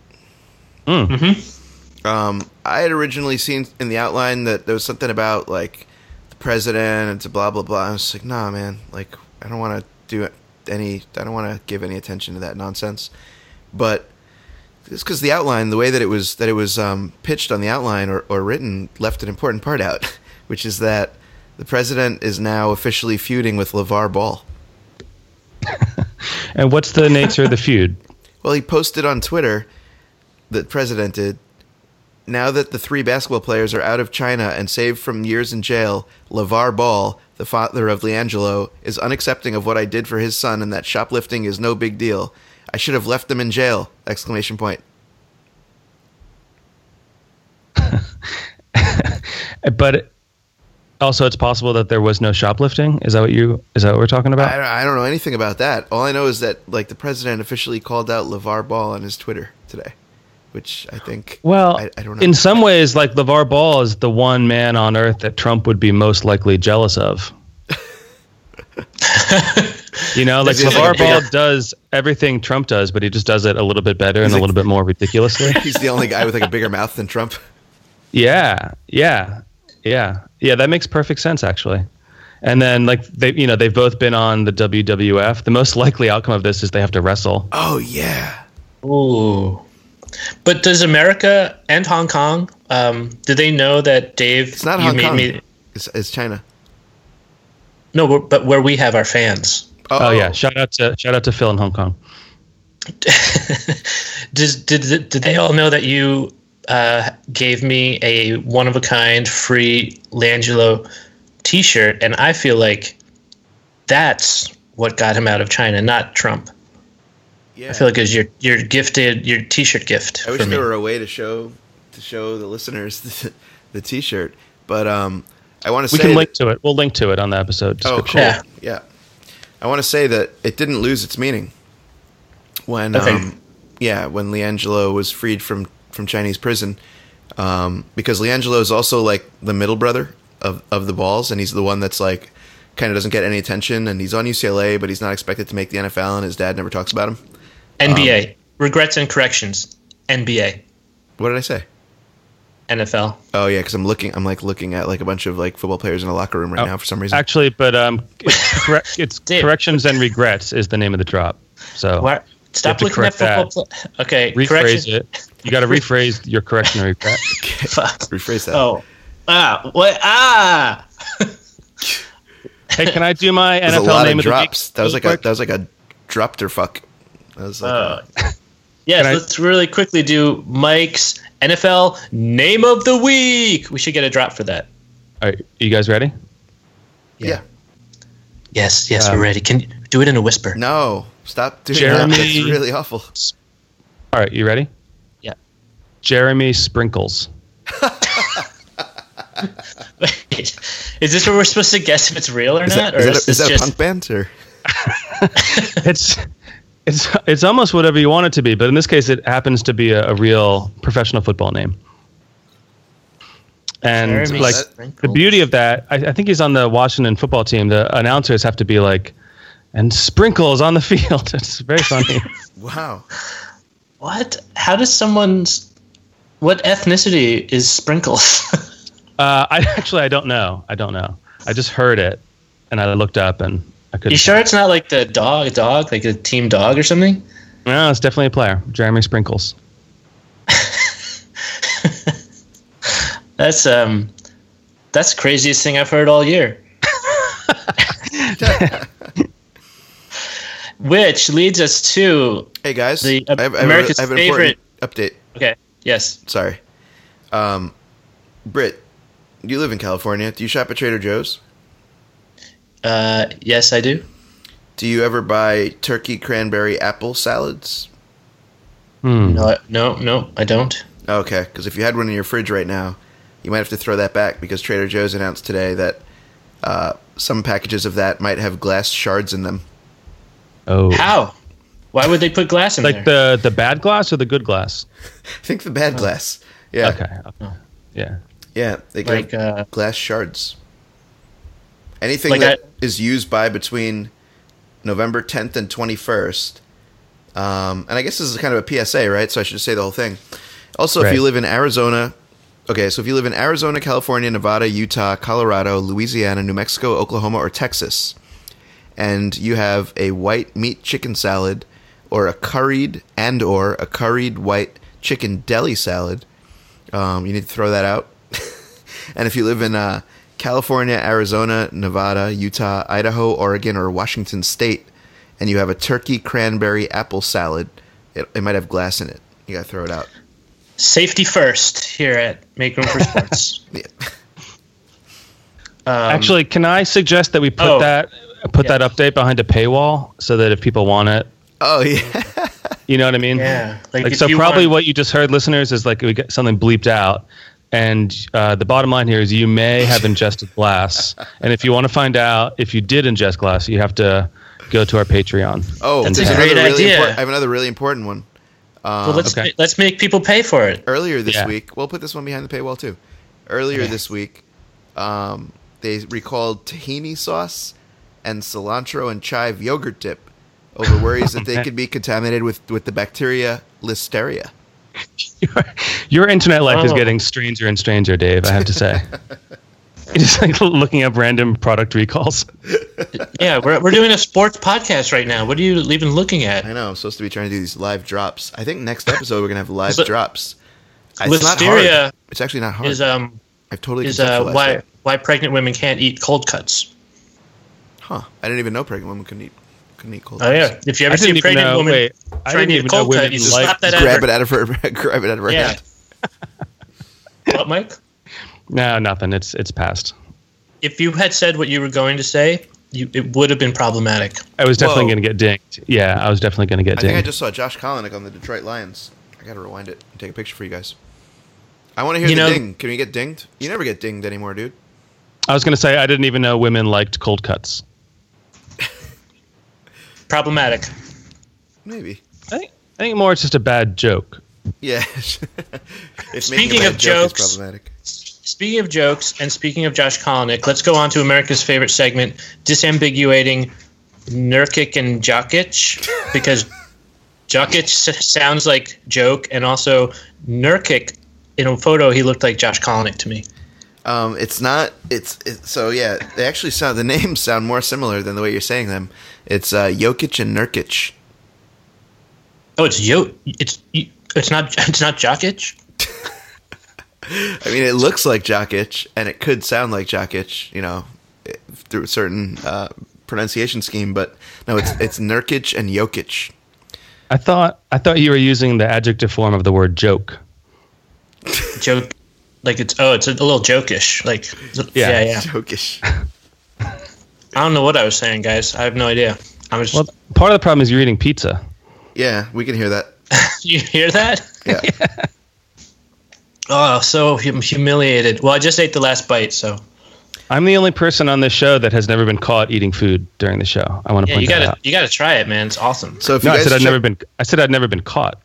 A: Um, I had originally seen in the outline that there was something about like the president and to blah blah blah. I was like, nah, man. Like, I don't want to do any. I don't want to give any attention to that nonsense. But it's because the outline, the way that it was that it was um, pitched on the outline or, or written, left an important part out, [LAUGHS] which is that the president is now officially feuding with LeVar Ball.
D: And what's the nature of the feud? [LAUGHS]
A: Well, he posted on Twitter that President did. Now that the three basketball players are out of China and saved from years in jail, LeVar Ball, the father of Leangelo, is unaccepting of what I did for his son and that shoplifting is no big deal. I should have left them in jail! Exclamation point.
D: But also, it's possible that there was no shoplifting. Is that what you? Is that what we're talking
A: I
D: about?
A: don't, I don't know anything about that. All I know is that like the president officially called out LeVar Ball on his Twitter today, which I think
D: Well,
A: I, I don't know.
D: in some ways, like LeVar Ball is the one man on earth that Trump would be most likely
A: [LAUGHS]
D: jealous of. you know, like
A: Does he have, like,
D: LeVar
A: a
D: Ball
A: bigger-
D: does everything Trump does, but he just does it a little bit better and a
A: like-
D: little bit more ridiculously.
A: He's the only guy with like a bigger mouth than Trump.
D: Yeah, yeah, yeah, yeah. That makes perfect sense, actually. And then, like they, you know, they've both been on the WWF. The most likely outcome of this is they have to wrestle.
A: Oh yeah.
F: Ooh. But does America and Hong Kong, um, do they know that Dave?
A: It's not Hong Kong. It's, it's China.
F: no, but- but where we have our fans. [LAUGHS]
D: Oh, yeah, shout out to shout out to Phil in Hong Kong.
F: Does, did, did did they all know that you uh, gave me a one of a kind free Langelo T-shirt, and I feel like that's what got him out of China, not Trump.
A: Yeah.
F: I feel like it was your your gifted your T-shirt gift.
A: I wish
F: for me.
A: there were a way to show to show the listeners [LAUGHS] the, the T-shirt, but um, I want to
D: We
A: say
D: can
A: that-
D: link to it. We'll link to it on the episode.
A: oh,
D: description.
A: cool.
F: Yeah.
A: Yeah, I want to say that it didn't lose its meaning when
F: Okay.
A: um, yeah, when Leangelo was freed from from Chinese prison, um, because Leangelo is also like the middle brother of of the balls, and he's the one that's like kind of doesn't get any attention, and he's on UCLA, but he's not expected to make the NFL, and his dad never talks about him. um,
F: NBA regrets and corrections. NBA,
A: What did I say?
F: NFL.
A: Oh yeah, because I'm looking. I'm like looking at like a bunch of like football players in a locker room right now for some reason.
D: Actually, but um,
A: [LAUGHS]
D: it's, corre- it's
F: Dude.
D: corrections and regrets is the name of the drop. So
F: What? Stop
D: to
F: looking at
D: correct that.
F: football. Pl- okay,
D: rephrase
F: correction.
D: it. You got to rephrase your correction or regret.
A: rephrase that.
F: Oh, ah, what? Ah,
D: hey, can I do my
A: [LAUGHS] There's
D: NFL
A: a lot
D: name
A: of
D: of the week?
A: drops. That was like a that was like a dropped or fuck. That was like
F: Uh, yes.
D: I-
F: let's really quickly do Mike's NFL name of the week. We should get a drop for that.
D: All right, you guys ready?
A: yeah.
F: Yes, yes,
D: Um,
F: we're ready. Can you do it in a whisper?
A: No, stop doing
D: Jeremy-
A: that. It's really awful.
D: All right, you ready?
F: Yeah.
D: Jeremy Sprinkles.
F: [LAUGHS] is this where we're supposed to guess if it's real or
A: Is
F: not,
A: that,
F: or
A: is that,
F: is this
A: is that a
F: just
A: punk band or?
D: It's it's it's almost whatever you want it to be, but in this case, it happens to be a, a real professional football name. And
F: Jeremy
D: like
F: Sprinkles.
D: the beauty of that, I, I think he's on the Washington football team. The announcers have to be like, and Sprinkles on the [LAUGHS] field. It's very
F: [LAUGHS]
D: funny.
A: Wow. [LAUGHS]
F: what? How does someone's what ethnicity is Sprinkles? [LAUGHS]
D: uh, I actually I don't know. I don't know. I just heard it, and I looked up, and I couldn't.
F: You sure it's not like the dog, dog, like a team dog or something?
D: No, it's definitely a player, Jeremy Sprinkles.
F: That's um, that's the craziest thing I've heard all year. Which leads us to
A: Hey guys,
F: The, uh,
A: I have, I have a-
F: America's
A: I have an important update.
F: okay, yes,
A: Sorry, um, Britt, you live in California. Do you shop at Trader Joe's?
F: uh, yes, I do.
A: Do you ever buy turkey cranberry apple salads?
F: No, I- no, no, I don't.
A: Okay, because if you had one in your fridge right now, you might have to throw that back because Trader Joe's announced today that uh, some packages of that might have glass shards in them. [LAUGHS]
D: Oh,
F: How? Why would they put glass in
D: like
F: there?
D: the the bad glass or the good glass?
F: Oh.
A: I think the bad glass. Yeah,
D: Okay. Yeah.
A: Yeah, they can
F: Like,
A: have
F: uh,
A: glass shards. Anything
F: Like
A: that is
F: I-
A: used by between November 10th and 21st. Um, and I guess this is kind of a PSA, right? So I should just say the whole thing. Also, if
D: Right.
A: you live in Arizona, okay, so if you live in Arizona, California, Nevada, Utah, Colorado, Louisiana, New Mexico, Oklahoma, or Texas, and you have a white meat chicken salad or a curried and or a curried white chicken deli salad, um, you need to throw that out. [LAUGHS] and if you live in uh, California, Arizona, Nevada, Utah, Idaho, Oregon, or Washington State, and you have a turkey cranberry apple salad, it, it might have glass in it. You gotta throw it out. [LAUGHS]
F: Safety first here at Make Room for
A: [LAUGHS]
F: Sports.
A: Yeah.
D: Actually, can I suggest that we put
F: Um, Oh.
D: that put
F: Yeah.
D: that update behind a paywall so that if people want it,
A: Oh yeah,
D: you know what I mean?
F: Yeah. Like,
D: Like,
F: if
D: so
F: you
D: probably
F: want-
D: what you just heard, listeners, is like we get something bleeped out. And uh, the bottom line here is you may have ingested
F: [LAUGHS]
D: glass. and if you want to find out if you did ingest glass, you have to go to our Patreon.
A: Oh,
D: and
A: there's
F: a
D: have-
F: great
A: really
F: idea.
A: impor- I have another really important one.
F: well, let's
D: okay.
F: let's make people pay for it.
A: Earlier this
D: Yeah.
A: week, we'll put this one behind the paywall too. Earlier this week, um, they recalled tahini sauce and cilantro and chive yogurt dip
F: [LAUGHS]
A: over worries that they could be contaminated with, with the bacteria listeria.
D: [LAUGHS] your, your internet life is
F: Oh.
D: getting stranger and stranger, Dave. I have to
F: [LAUGHS]
D: say. [LAUGHS] You're just like looking up random product recalls.
F: Yeah, we're we're doing a sports podcast right now. What are you even looking
A: I
F: at?
A: know I'm supposed to be trying to do these live drops. I think
F: [LAUGHS]
A: next episode we're gonna have live
F: So-
A: drops. not
F: Listeria
A: hard. It's actually not hard.
F: Is um
A: I've totally
F: is uh
A: conceptualized
F: why
A: that.
F: why pregnant women can't eat cold cuts.
A: Huh? I didn't even know pregnant women couldn't eat couldn't eat cold.
F: Oh
A: cuts.
F: yeah, if you
D: I
F: ever see a
D: didn't even
F: pregnant
D: know.
F: woman
D: wait, I
F: trying
D: didn't
F: to eat
D: even know
F: cold cut,
D: women
F: you just
D: like
F: slap that out.
A: Grab
F: of
A: it out of her. [LAUGHS] grab it out of her
F: Yeah.
A: hand.
F: [LAUGHS] What, Mike?
D: No, nothing. It's it's past.
F: If you had said what you were going to say, you, it would have been problematic.
D: I was definitely
A: Whoa.
D: going to get dinged. Yeah, I was definitely going to get
A: I think I
D: dinged.
A: just saw Josh Kalanick on the Detroit Lions. I gotta rewind it and take a picture for you guys. I want to hear
F: You
A: the
F: know-
A: ding. Can we get dinged? You never get dinged anymore, dude.
D: I was going to say I didn't even know women liked cold cuts.
F: Problematic.
A: Maybe. [LAUGHS]
D: I think, I think more it's just a bad joke.
A: Yeah. if making a
F: Speaking
A: bad
F: of
A: joke is
F: jokes-
A: problematic.
F: Speaking of jokes and speaking of Josh Kalanick, let's go on to America's favorite segment, disambiguating Nurkic and Jokic, because Jokic s- sounds like joke, and also Nurkic in a photo he looked like Josh Kalanick to me.
A: Um, it's not. It's it, so yeah. They actually sound the [LAUGHS] names sound more similar than the way you're saying them. It's uh, Jokic and Nurkic.
F: Oh, it's yo, it's it's not [LAUGHS] it's not Jokic.
A: I mean, it looks like Jokic, and it could sound like Jokic, you know, it- through a certain uh, pronunciation scheme. But no, it's it's Nurkic and Jokic. [LAUGHS]
D: I thought I thought you were using the adjective form of the word joke.
F: Joke, like it's oh, it's a little jokish. Like yeah, yeah.
A: Jokic.
F: I don't know what I was saying, guys. I have no idea. I was.
D: Well, part of the problem is you're eating pizza.
A: Yeah, we can hear that.
F: you hear that?
A: Yeah.
F: Oh, so hum- humiliated. Well, I just ate the last bite, so
D: I'm the only person on this show that has never been caught eating food during the show. I want to
F: yeah,
D: point
F: you
D: that
F: gotta
D: out.
F: you gotta try it, man. It's awesome.
A: So if
D: No,
A: you
D: I
A: guys
D: said I'd
A: check,
D: never been. I said I'd never been caught.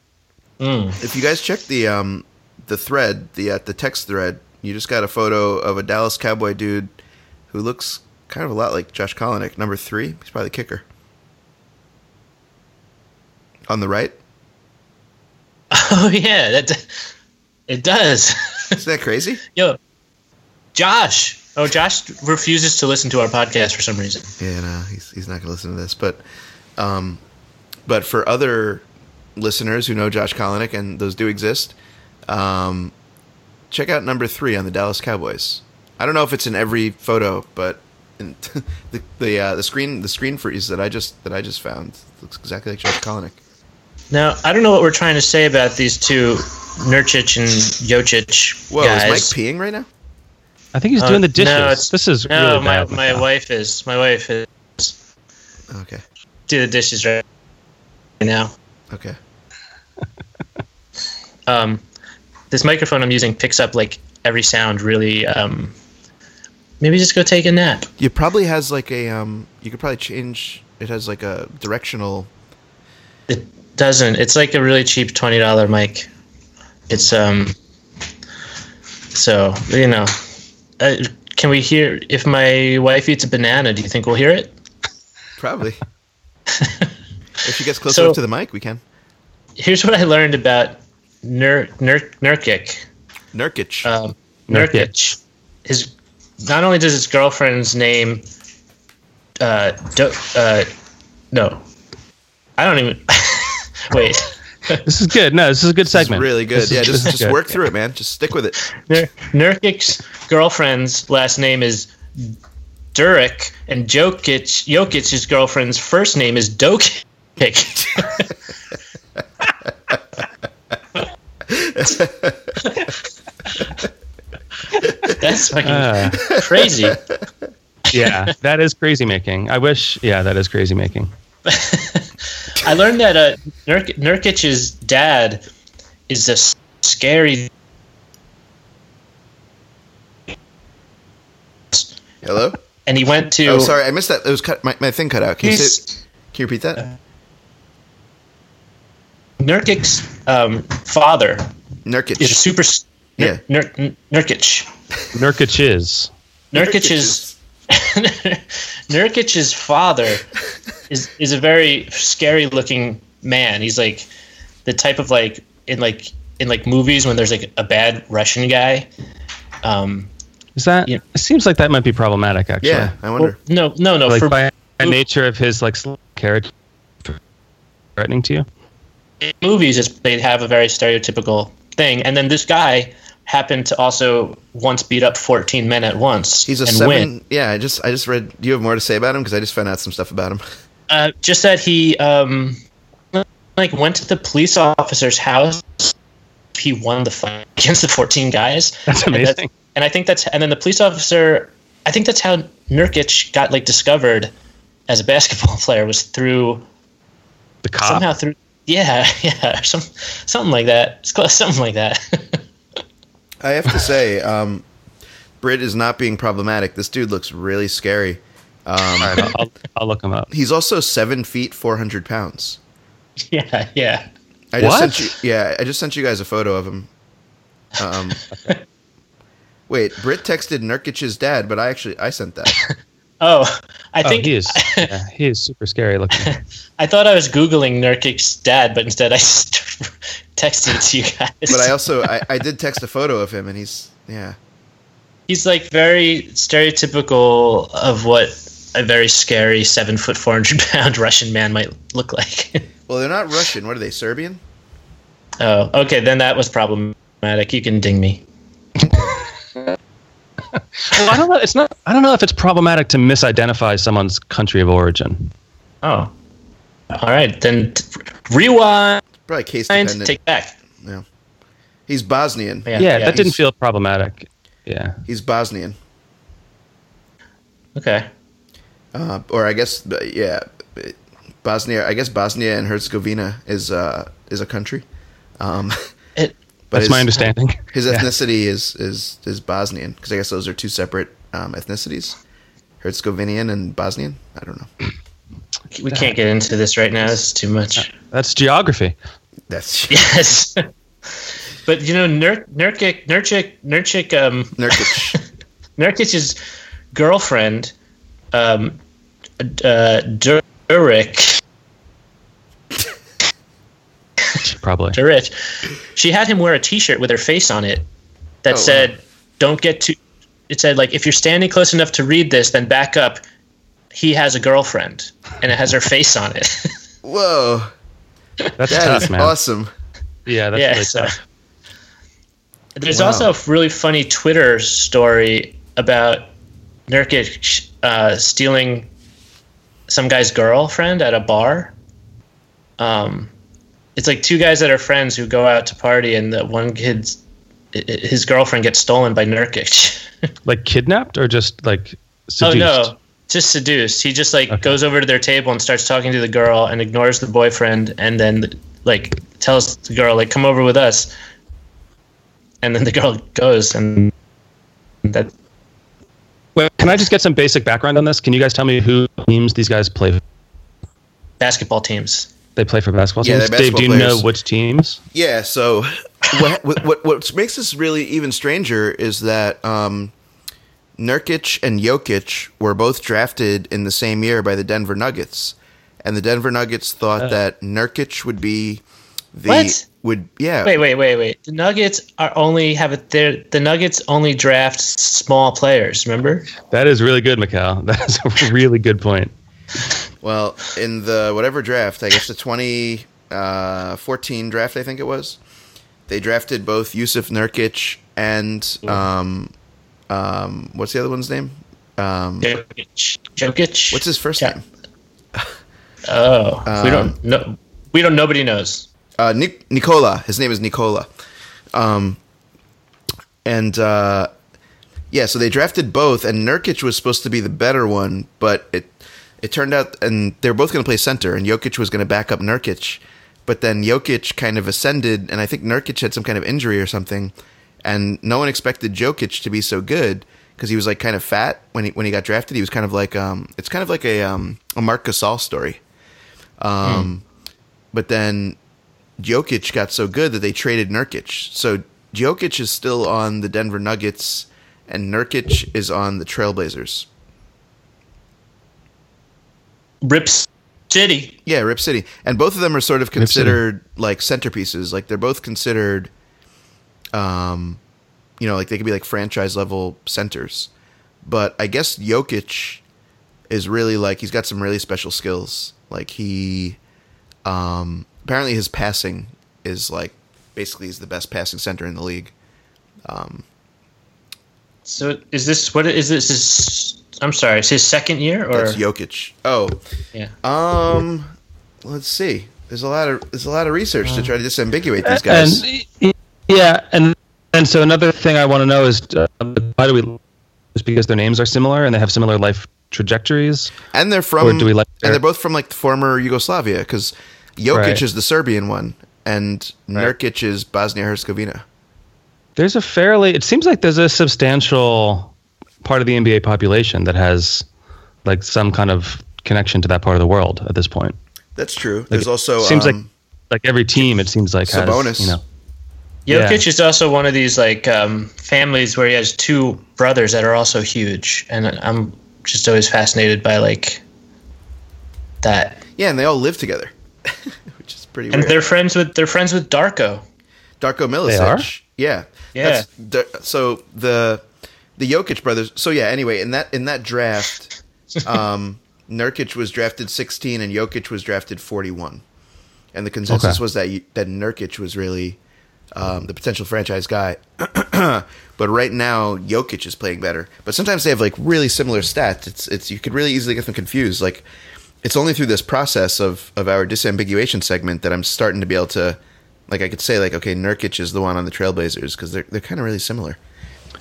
A: if you guys check the um the thread the uh, the text thread, you just got a photo of a Dallas Cowboy dude who looks kind of a lot like Josh Kalanick, number three. He's probably the kicker. On the right,
F: [LAUGHS] Oh yeah, that it does. [LAUGHS]
A: isn't that crazy?
F: Yo, Josh. Oh, Josh refuses to listen to our podcast for some reason.
A: Yeah, no, uh, he's he's not going to listen to this. But, um, but for other listeners who know Josh Kalanick, and those do exist, um, check out number three on the Dallas Cowboys. I don't know if it's in every photo, but in [LAUGHS] the the uh, the screen the screen freeze that I just that I just found looks exactly like Josh Kalanick.
F: Now I don't know what we're trying to say about these two, Nurkic and Jokic
A: Whoa,
F: guys.
A: is Mike peeing right now?
D: I think he's
F: Uh,
D: doing the dishes.
F: no, it's-
D: this is
F: no,
D: really
F: my
D: bad.
F: my wife is my wife is
A: Okay,
F: do the dishes right now.
A: okay.
F: um, this microphone I'm using picks up like every sound really. Um, maybe just go take a nap.
A: It probably has like a um. You could probably change. It has like a directional.
F: It doesn't. It's like a really cheap twenty dollar mic. It's um, So you know, uh, can we hear if my wife eats a banana? Do you think we'll hear it?
A: Probably. if she gets close enough
F: So-
A: to the mic, we can.
F: Here's what I learned about Nur Nur Nurkic.
A: Nurkic.
F: Um,
D: Nurkic.
F: Nurkic. His not only does his girlfriend's name, uh, do, uh, no, I don't even. [LAUGHS] wait,
D: This is good. No, this is a good
A: It's
D: segment.
A: really good.
D: This is-
A: yeah,
D: this
A: just
D: is
A: just
D: good.
A: work through it, man. Just stick with it.
F: Nur- Nurkic's girlfriend's last name is Durek, and Jokic Jokic's girlfriend's first name is Dokic. That's fucking
D: Uh,
F: crazy.
D: yeah, that is crazy making. I wish. Yeah, that is crazy making.
F: I learned that uh, Nurk- Nurkic's dad is a s- scary.
A: Hello.
F: And he went to.
A: Oh, sorry, I missed that. It was cut. My, my thing cut out. Can you,
F: He's-
A: say, can you repeat that?
F: Nurkic's um, father is a
A: Nurkic.
F: super. s-
A: Yeah.
F: Nur- Nur- Nurkic.
D: Nurkic is.
F: Nurkic's [LAUGHS] Nurkic's father is is a very scary looking man. He's like the type of like in like in like movies when there's like a bad Russian guy. Um,
D: Is that?
F: Yeah.
D: It seems like that might be problematic. Actually.
A: Yeah, I wonder.
F: no, no, no.
D: Like
F: for
D: by, by nature of his like sl- character threatening to you. [LAUGHS]
F: movies, it's, they'd have a very stereotypical thing. And then this guy happened to also once beat up 14 men at once
A: He's a
F: and
A: seven.
F: win.
A: Yeah, I just I just read. Do you have more to say about him? Because I just found out some stuff about him. [LAUGHS]
F: Uh, just that he um, like went to the police officer's house. He won the fight [LAUGHS] against the 14
A: [LAUGHS]
F: guys.
D: That's
F: And
D: amazing.
F: and I think that's and then the police officer. I think that's how Nurkic got like discovered as a basketball [LAUGHS] player was through
D: The
A: Ah.
D: cop.
F: somehow through yeah [LAUGHS] yeah some something like that. It's close, something like that. [LAUGHS]
A: I have to say, um, Britt is not being problematic. This dude looks really scary.
D: All
A: Um,
D: right, I'll, I'll look him up.
A: he's also seven feet, four hundred pounds.
F: yeah yeah.
A: I just
D: What?
A: Sent you, yeah, I just sent you guys a photo of him. Um, wait, Britt texted Nurkic's dad, but I actually I sent that.
F: Oh, I
D: Oh,
F: think
D: he is. yeah, he is super
F: [LAUGHS]
D: scary looking.
F: I thought I was googling Nurkic's dad, but instead I just [LAUGHS] texted it to you guys.
A: But I also I, I did text a photo of him, and he's yeah.
F: he's like very stereotypical of what a very scary seven foot four hundred pound [LAUGHS] Russian man might look like. [LAUGHS]
A: Well, they're not Russian. What are they? Serbian?
F: oh, okay, then that was problematic. You can ding me.
D: Well, I don't know. It's not. I don't know if it's problematic to misidentify someone's country of origin.
F: Oh, all right, then t- rewind.
A: Probably case dependent.
F: Take back.
A: he's Bosnian.
F: Yeah.
D: yeah, that didn't
A: he's-
D: feel problematic. Yeah.
A: He's Bosnian,
F: Okay.
A: uh, or I guess but yeah, but Bosnia. I guess Bosnia and Herzegovina is uh, is a country. Um,
F: It,
A: but
D: That's
A: his,
D: my understanding. [LAUGHS]
A: His
D: Yeah.
A: ethnicity is is is Bosnian because I guess those are two separate um, ethnicities, Herzegovinian and Bosnian. I don't know.
F: we
D: Uh.
F: can't get into this right now. This is too much.
D: That's geography.
A: That's
F: Yes. [LAUGHS] but you know, Nur- Nurkic, Nurkic, Nurkic, um,
A: Nurkic.
F: Nurkic's girlfriend, um, uh, Durek,
D: Probably.
F: Durek, she had him wear a T-shirt with her face on it that
A: Oh,
F: said, "Don't get too." It said, "Like if you're standing close enough to read this, then back up." He has a girlfriend, and it has her face on it. [LAUGHS]
A: Whoa,
D: That's
A: that
D: tough,
A: is
D: man.
A: awesome.
D: Yeah, that's
F: yeah.
D: really
F: so-
D: tough.
F: There's
A: Wow.
F: also a really funny Twitter story about Nurkic uh, stealing some guy's girlfriend at a bar. Um, it's like two guys that are friends who go out to party, and the one kid's i- i- his girlfriend gets stolen by Nurkic. [LAUGHS]
D: Like kidnapped or just like
F: oh
D: seduced.
F: no, just seduced. He just like goes over to their table and starts talking to the girl, and ignores the boyfriend, and then like tells the girl like come over with us, and then the girl goes, and that
D: Wait, can I just get some basic background on this? Can you guys tell me who teams these guys play?
F: basketball teams.
D: They play for basketball
A: Yeah,
D: teams.
A: they're
D: Dave, do you
A: basketball
D: know
A: players.
D: which teams?
A: Yeah, so what, what, what what makes this really even stranger is that um, Nurkic and Jokic were both drafted in the same year by the Denver Nuggets, and the Denver Nuggets thought that Nurkic would be the
F: What?
A: would yeah
F: Wait, wait, wait, wait. The Nuggets are only have it. they're- The Nuggets only draft small players. Remember?
D: That is really good, Mikal. [LAUGHS] That is a really good point.
A: Well, in the whatever draft, I guess the 2014 draft, I think it was, they drafted both Yusuf Nurkic and um, um, what's the other one's name? Um,
F: Jokic. Jokic.
A: What's his first
F: Yeah.
A: name?
F: Oh, we don't. No, we don't. Nobody knows.
A: Uh, Nic- Nicola. His name is Nicola. Um, and uh, yeah, so they drafted both, and Nurkic was supposed to be the better one, but it it turned out, and they were both going to play center, and Jokic was going to back up Nurkic, but then Jokic kind of ascended, and I think Nurkic had some kind of injury or something, and no one expected Jokic to be so good because he was like kind of fat when he when he got drafted. He was kind of like um, it's kind of like a um, a Marc Gasol story. Um, but then Jokic got so good that they traded Nurkic. So Jokic is still on the Denver Nuggets, and Nurkic is on the Trailblazers.
F: Rip City.
A: Yeah, Rip City, and both of them are sort of
D: City.
A: considered like centerpieces. Like they're both considered, um, you know, like they could be like franchise level centers. But I guess Jokic is really like he's got some really special skills. Like he, um, apparently his passing is like basically he's the best passing center in the league.
F: So is this what is this? Is I'm sorry. It's his second year or
A: That's Jokic. Oh,
F: yeah.
A: um, let's see. There's a lot of there's a lot of research to try to disambiguate these guys.
D: Uh, And yeah, and and so another thing I want to know is uh, why do we? Just because their names are similar and they have similar life trajectories.
A: and they're from
D: Or do we like their-
A: and they're both from like the former Yugoslavia because Jokic
D: Right.
A: is the Serbian one and Nurkic is Bosnia Herzegovina.
D: There's a fairly. It seems like there's a substantial part of the NBA population that has like some kind of connection to that part of the world at this point.
A: That's true. There's
D: it
A: also
D: seems
A: um,
D: like like every team. It seems like
A: Sabonis.
D: has you know yeah.
F: Jokic is also one of these like um, families where he has two brothers that are also huge, and I'm just always fascinated by like that.
A: yeah, and they all live together, [LAUGHS] which is pretty
F: And
A: weird.
F: they're friends with they're friends with Darko.
A: Darko
D: They are?
A: Milicic. Yeah.
F: Yeah.
A: That's, the- so the the Jokic brothers. So yeah. Anyway, in that in that draft,
D: [LAUGHS]
A: um, Nurkic was drafted 16 and Jokic was drafted 41, and the consensus
D: Okay.
A: was that you- that Nurkic was really um, the potential franchise guy. but right now, Jokic is playing better. But sometimes they have like really similar stats. It's it's you could really easily get them confused. Like it's only through this process of of our disambiguation segment that I'm starting to be able to like I could say like okay, Nurkic is the one on the Trailblazers because they're they're kind of really similar.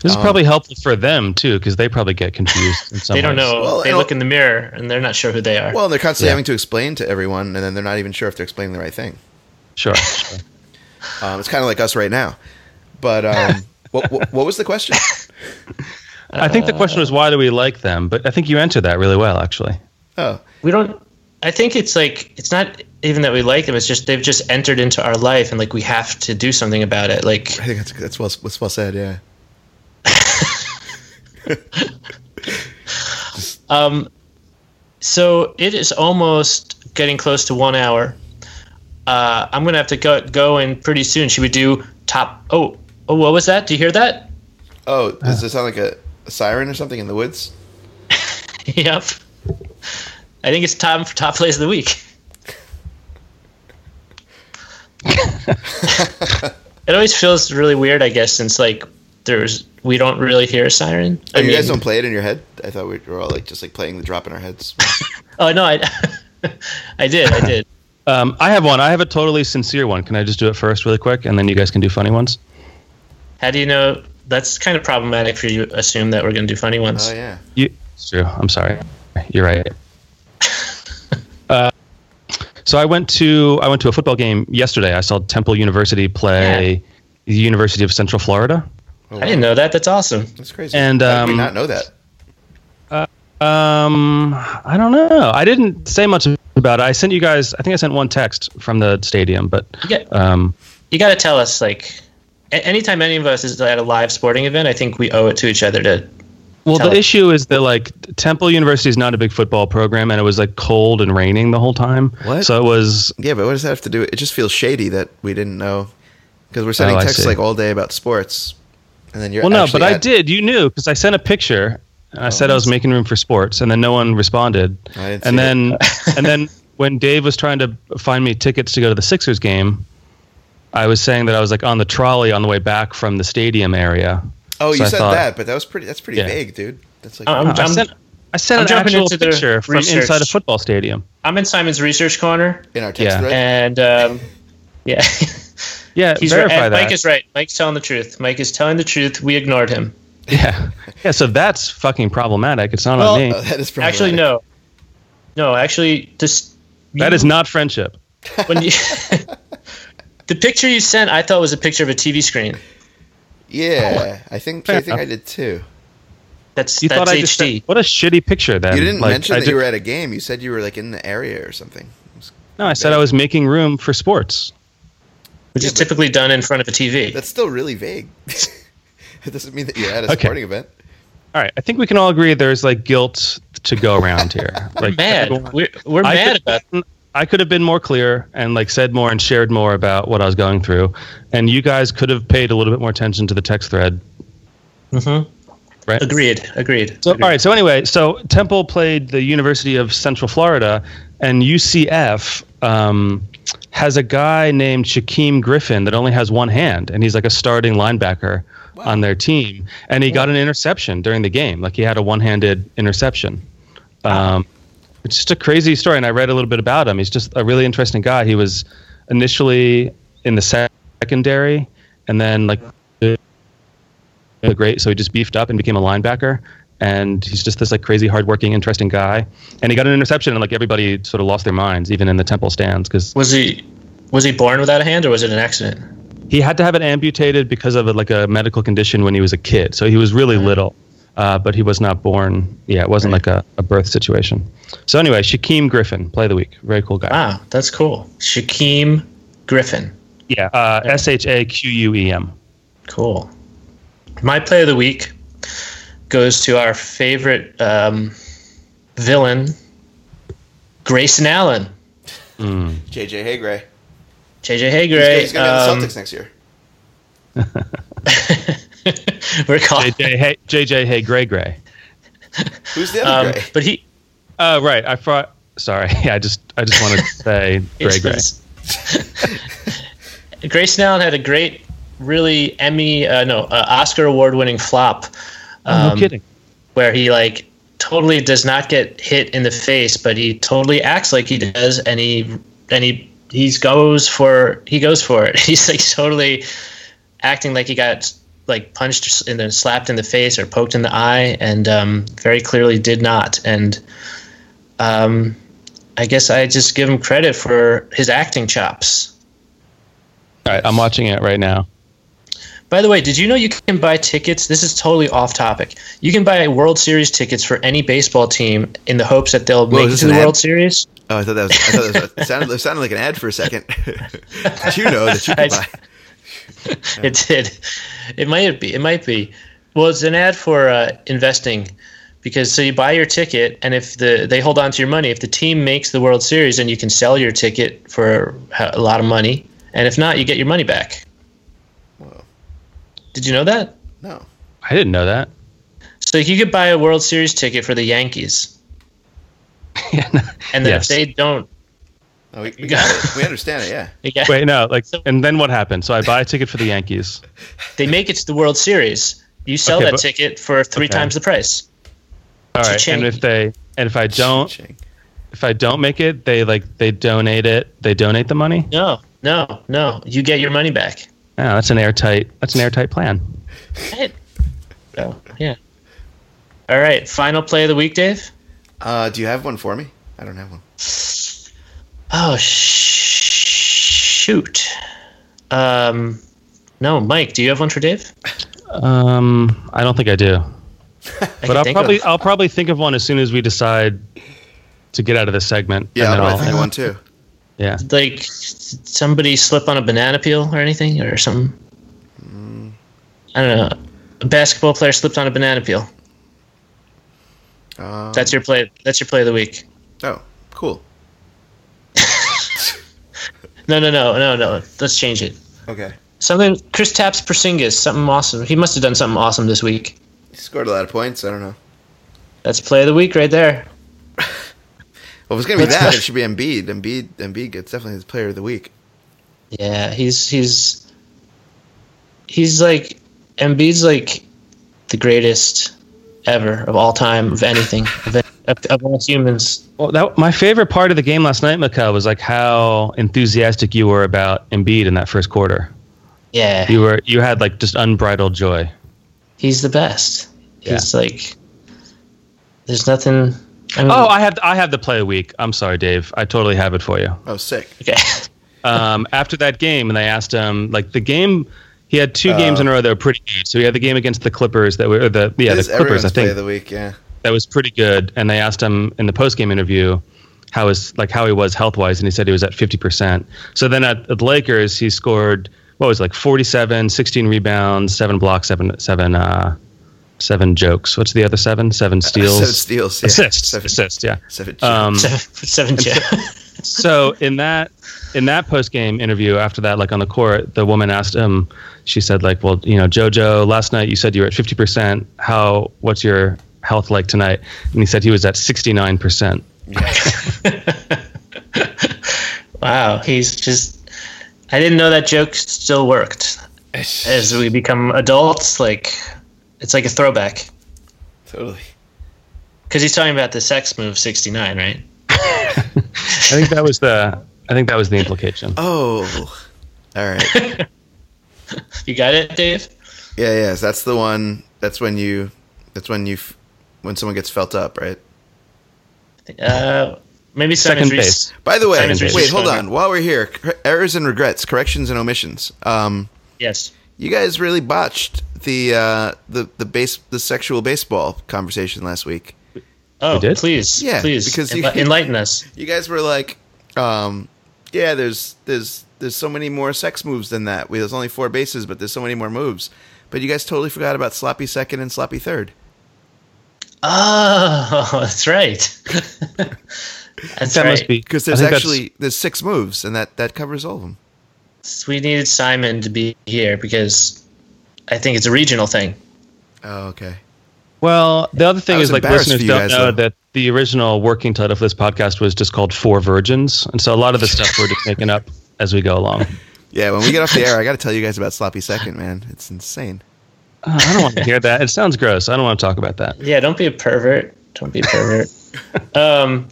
D: This
A: um,
D: is probably helpful for them too, because they probably get
F: [LAUGHS]
D: confused. In some
F: They don't
D: ways.
F: know.
A: Well,
F: they
A: and
F: look
A: al-
F: in the mirror and they're not sure who they are.
A: Well, and they're constantly
D: Yeah.
A: having to explain to everyone, and then they're not even sure if they're explaining the right thing.
D: Sure. sure.
A: Um, it's kind of like us right now. But [LAUGHS] um, what, what what was the question?
D: I think the question was why do we like them, but I think you answered that really well, actually.
A: Oh,
F: we don't. I think it's like it's not even that we like them. It's just they've just entered into our life, and like we have to do something about it. Like
A: I think that's that's well that's well said. Yeah.
F: Um, so it is almost getting close to one hour. Uh, I'm gonna have to go go in pretty soon. Should we do top? Oh, oh, what was that? Do you hear that? [LAUGHS]
A: Oh, does it sound like a, a siren or something in the woods?
F: yep. I think it's time for top plays of the week.
A: [LAUGHS]
F: it always feels really weird, I guess, since like there's we don't really hear a siren.
A: Oh,
F: I
A: you
F: mean,
A: guys don't play it in your head? I thought we were all like just like playing the drop in our heads.
F: oh no, I, [LAUGHS] I did, I did.
D: Um, I have one. I have a totally sincere one. Can I just do it first, really quick, and then you guys can do funny ones?
F: How do you know? That's kind of problematic for you. to Assume that we're going to do funny ones.
A: [LAUGHS] oh yeah.
D: You, it's true. I'm sorry.
F: [LAUGHS]
D: You're right. uh, so I went to I went to a football game yesterday. I saw Temple University play the University of Central Florida.
F: I didn't know that. That's awesome.
A: That's crazy.
D: And,
A: How did we
D: um,
A: not know that.
D: Um, I don't know. I didn't say much about it. I sent you guys. I think I sent one text from the stadium, but
F: You got,
D: um,
F: you got to tell us like a- anytime any of us is at a live sporting event, I think we owe it to each other to.
D: Well,
F: Tell
D: the
F: us.
D: issue is that like Temple University is not a big football program, and it was like cold and raining the whole time.
A: What?
D: So it was
A: Yeah, but what does that have to do? It just feels shady that we didn't know because we're sending
D: Oh, I
A: texts
D: see.
A: like all day about sports, and then you're
D: well, no,
A: actually
D: but I
A: at-
D: did. You knew because I sent a picture. And I said I was making room for sports, and then no one responded.
A: I didn't
D: and
A: see [LAUGHS]
D: then and then when Dave was trying to find me tickets to go to the Sixers game, I was saying that I was like on the trolley on the way back from the stadium area.
A: Oh, you
D: I
A: said
D: thought-
A: that, but that was pretty. That's pretty
D: Yeah. Uh-uh.
A: vague, dude. That's like
F: I'm,
D: I
F: I'm-
D: sent, I sent
F: I'm
D: an
F: jumping
D: actual
F: into the
D: picture from
F: research.
D: inside a football stadium.
F: I'm in Simon's research corner,
A: in our text
D: yeah.
A: thread.
F: and um, yeah, [LAUGHS]
D: Yeah,
F: he's right.
D: verify
F: and
D: that.
F: Mike is right. Mike's telling the truth. Mike is telling the truth. We ignored him.
D: [LAUGHS] Yeah, yeah. So that's fucking problematic. It's not
F: Well,
D: on me.
A: [LAUGHS] Oh, that is probably
F: Actually, no, no. Actually, this
D: that is not friendship.
F: when you. [LAUGHS] The picture you sent, I thought was a picture of a TV screen.
D: [LAUGHS]
A: Yeah, I think I think I did too.
F: That's
D: You
F: that's
D: thought I just
F: HD.
D: said, what a shitty picture. Then
A: You didn't
D: Like,
A: mention
D: I
A: that
D: did-
A: you were at a game. You said you were like in the area or something.
D: No, I said I was making room for sports.
F: which is typically done in front of a TV.
A: That's still really vague. [LAUGHS] it doesn't mean that you're at a
D: Okay.
A: sporting event.
D: All right, I think we can all agree there's like guilt to go
F: [LAUGHS]
D: around here. Like everyone-
F: mad. We're, we're
D: I
F: mad
D: could-
F: about.
D: I could have been more clear and like said more and shared more about what I was going through, and you guys could have paid a little bit more attention to the text thread.
F: Mm-hmm. Agreed. Agreed.
D: So all right, so anyway, so Temple played the University of Central Florida, and UCF um, has a guy named Shaquem Griffin that only has one hand, and he's like a starting linebacker on their team, and he got an interception during the game, like he had a one-handed interception. Um, it's just a crazy story, and I read a little bit about him. He's just a really interesting guy. He was initially in the sec- secondary, and then like the the great, so he just beefed up and became a linebacker. And he's just this like crazy, hardworking, interesting guy. And he got an interception, and like everybody sort of lost their minds, even in the Temple stands, because
F: Was he was he born without a hand or was it an accident?
D: he had to have it amputated because of like a medical condition when he was a kid. So he was really little, uh, but he was not born. Yeah, it wasn't like a, a birth situation. So anyway, Shaquem Griffin, play of the week, very cool guy.
F: Wow, that's cool. Shaquem Griffin.
D: Yeah, uh, S H A Q U E M.
F: Cool. My play of the week goes to our favorite um, villain, Grayson Allen,
A: JJ Haygray.
F: JJ
A: He's
F: Haygray.
A: going to be in the
F: Um,
A: Celtics next year.
F: [LAUGHS] we're calling,
D: JJ, hey, JJ, hey, Gray, Gray.
A: Who's the other
F: um,
A: Gray?
F: but he
D: Uh, right, I thought. Sorry, [LAUGHS] I just, I just [LAUGHS] wanted to say Gray, Gray.
F: [LAUGHS] Grayson Allen had a great, really Emmy, uh, no, uh, Oscar award winning flop Um,
D: Oh, no kidding.
F: where he like totally does not get hit in the face, but he totally acts like he does, and he and he he goes for he goes for it. [LAUGHS] He's like totally acting like he got like punched and then slapped in the face or poked in the eye, and um, very clearly did not. And um, I guess I just give him credit for his acting chops.
D: All right, I'm watching it right now.
F: By the way, did you know you can buy tickets? This is totally off topic. You can buy World Series tickets for any baseball team in the hopes that they'll
A: is
F: make it
A: this
F: to the
A: an ad?
F: World Series.
A: Oh, I thought that was. I thought that was, it, sounded, it sounded like an ad for a second. [LAUGHS] Did you know that you could buy?
F: It did. It might be. It might be. Well, it's an ad for uh, investing because so you buy your ticket, and if the they hold on to your money, if the team makes the World Series, then you can sell your ticket for a lot of money, and if not, you get your money back. Did you know that?
A: No.
D: I didn't know [LAUGHS] that.
F: So you could buy a World Series ticket for the Yankees, and then
D: Yes.
F: if they don't,
A: No, we,
D: [LAUGHS]
A: we, got it. we understand it. Yeah.
F: yeah,
D: Wait, no, like, and then what happened? So I buy a ticket for the Yankees.
F: they make it to the World Series, you sell
D: Okay,
F: that
D: but-
F: ticket for three
D: Okay.
F: times the price.
D: All right,
F: Cha-ching.
D: and if they, and if I [LAUGHS] don't,
A: Ching.
D: if I don't make it, they like they donate it. They donate the money.
F: No, no, no, you get your money back.
D: Oh, that's an airtight. That's an airtight plan.
F: Right. So yeah. All right, final play of the week, Dave.
A: Uh, do you have one for me? I don't have one.
F: Oh sh- shoot. Um, no, Mike, do you have one for Dave?
D: Um, I don't think
F: [LAUGHS]
D: I do,
F: I
D: but
F: can
D: I'll
F: think of-
D: probably I'll probably think of one as soon as we decide to get out of this segment.
A: Yeah,
D: and then
A: I'll
D: I'll-
A: probably think of one too.
D: yeah.
F: like s- somebody slip on a banana peel or anything or something. I don't know. A basketball player slipped on a banana peel.
A: Um,
F: That's your play. That's your play of the week.
A: Oh, cool.
F: No, no, no, no, no. Let's change it.
A: Okay.
F: Something. Chris Taps Porzingis. Something awesome. He must have done something awesome this week.
A: He scored a lot of points. I don't know.
F: That's play of the week right there.
A: Well, if it's going to be
F: That's
A: that,
F: right.
A: it should be Embiid. Embiid, Embiid gets definitely his player of the week.
F: Yeah, he's he's he's like Embiid's like the greatest ever of all time of anything of, of, of all humans.
D: Well, that my favorite part of the game last night, Mikhail, was like how enthusiastic you were about Embiid in that first quarter.
F: Yeah,
D: You were you had like just unbridled joy.
F: he's the best.
D: Yeah.
F: He's like there's nothing. I mean,
D: Oh, I have I have the play a week. I'm sorry, Dave. I totally have it for you.
A: Oh, sick.
F: okay. [LAUGHS]
D: um, [LAUGHS] after that game, and they asked him like the game. He had two games in a row that were pretty good. So he had the game against the Clippers that were or the yeah
A: It
D: the
A: is
D: Clippers I
A: Uh, everyone's player of
D: think
A: the week, yeah.
D: that was pretty good. And they asked him in the post game interview how his like how he was health wise, and he said he was at fifty percent. So then at, at the Lakers, he scored what was it, like 47, 16 rebounds, seven blocks, seven seven uh, seven jokes. What's the other seven? Seven steals,
A: Uh, [LAUGHS] Seven steals. Yeah.
D: assists,
A: Seven,
D: assists. Yeah.
A: seven
D: Um,
F: seven, seven Jeff.
D: so in that in that post game interview after that, like on the court, the woman asked him. She said, like, well, you know, JoJo, last night you said you were at fifty percent. How? What's your health like tonight? And he said he was at sixty nine percent.
F: Wow, he's just. I didn't know that joke still worked. As we become adults, like it's like a throwback
A: totally.
F: because he's talking about the sex move sixty nine, right?
D: I think that was the. I think that was the implication.
A: Oh, all right. yeah,
F: You got it, Dave.
A: yeah. So that's the one. That's when you. That's when you. f- When someone gets felt up, right?
F: Uh, maybe
D: Second
F: Simon's re-
D: base.
A: By the way,
D: Second base.
A: wait, hold on. While we're here, cor- errors and regrets, corrections and omissions. Um,
F: Yes.
A: you guys really botched the uh, the the base the sexual baseball conversation last week.
F: Oh,
D: did?
F: please,
A: Yeah,
F: please,
A: because
F: enli-
A: you-
F: enlighten us.
A: You guys were like, um, yeah, there's there's there's so many more sex moves than that. We, there's only four bases, but there's so many more moves. But you guys totally forgot about sloppy second and sloppy third.
F: Oh, [LAUGHS] that's right. that's
D: [LAUGHS] That
F: right.
D: must be
A: Because
D: I
A: there's
D: think that's-
A: actually there's six moves, and that that covers all of them.
F: We needed Simon to be here because I think it's a regional thing.
A: Oh, okay.
D: Well, the other thing
A: That was
D: is like
A: embarrassed for
D: listeners
A: you
D: don't
A: guys,
D: know
A: though.
D: that the original working title for this podcast was just called Four Virgins, and so a lot of the stuff we're just making up as we go [LAUGHS] along.
A: Yeah, when we get off the air, I got
D: [LAUGHS]
A: to tell you guys about sloppy second, man. It's insane.
D: Oh, I don't want to hear that. It sounds gross. I don't want to talk about that.
F: Yeah, don't be a pervert. Don't be a pervert.
A: [LAUGHS]
F: um,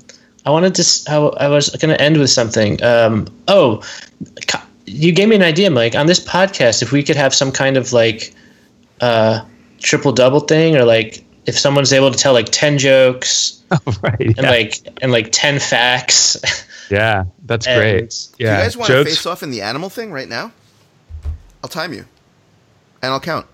F: I wanted to. s- I, w- I was going to end with something. Um, oh, co- you gave me an idea, Mike. On this podcast, if we could have some kind of like uh, triple double thing, or like if someone's able to tell like ten jokes
D: [LAUGHS] right.
F: and
D: Yeah.
F: like and like ten facts. [LAUGHS]
D: Yeah, that's
F: and-
D: great. Yeah.
A: Do you guys want to
D: Jokes-
A: face off in the animal thing right now? I'll time you, and I'll count.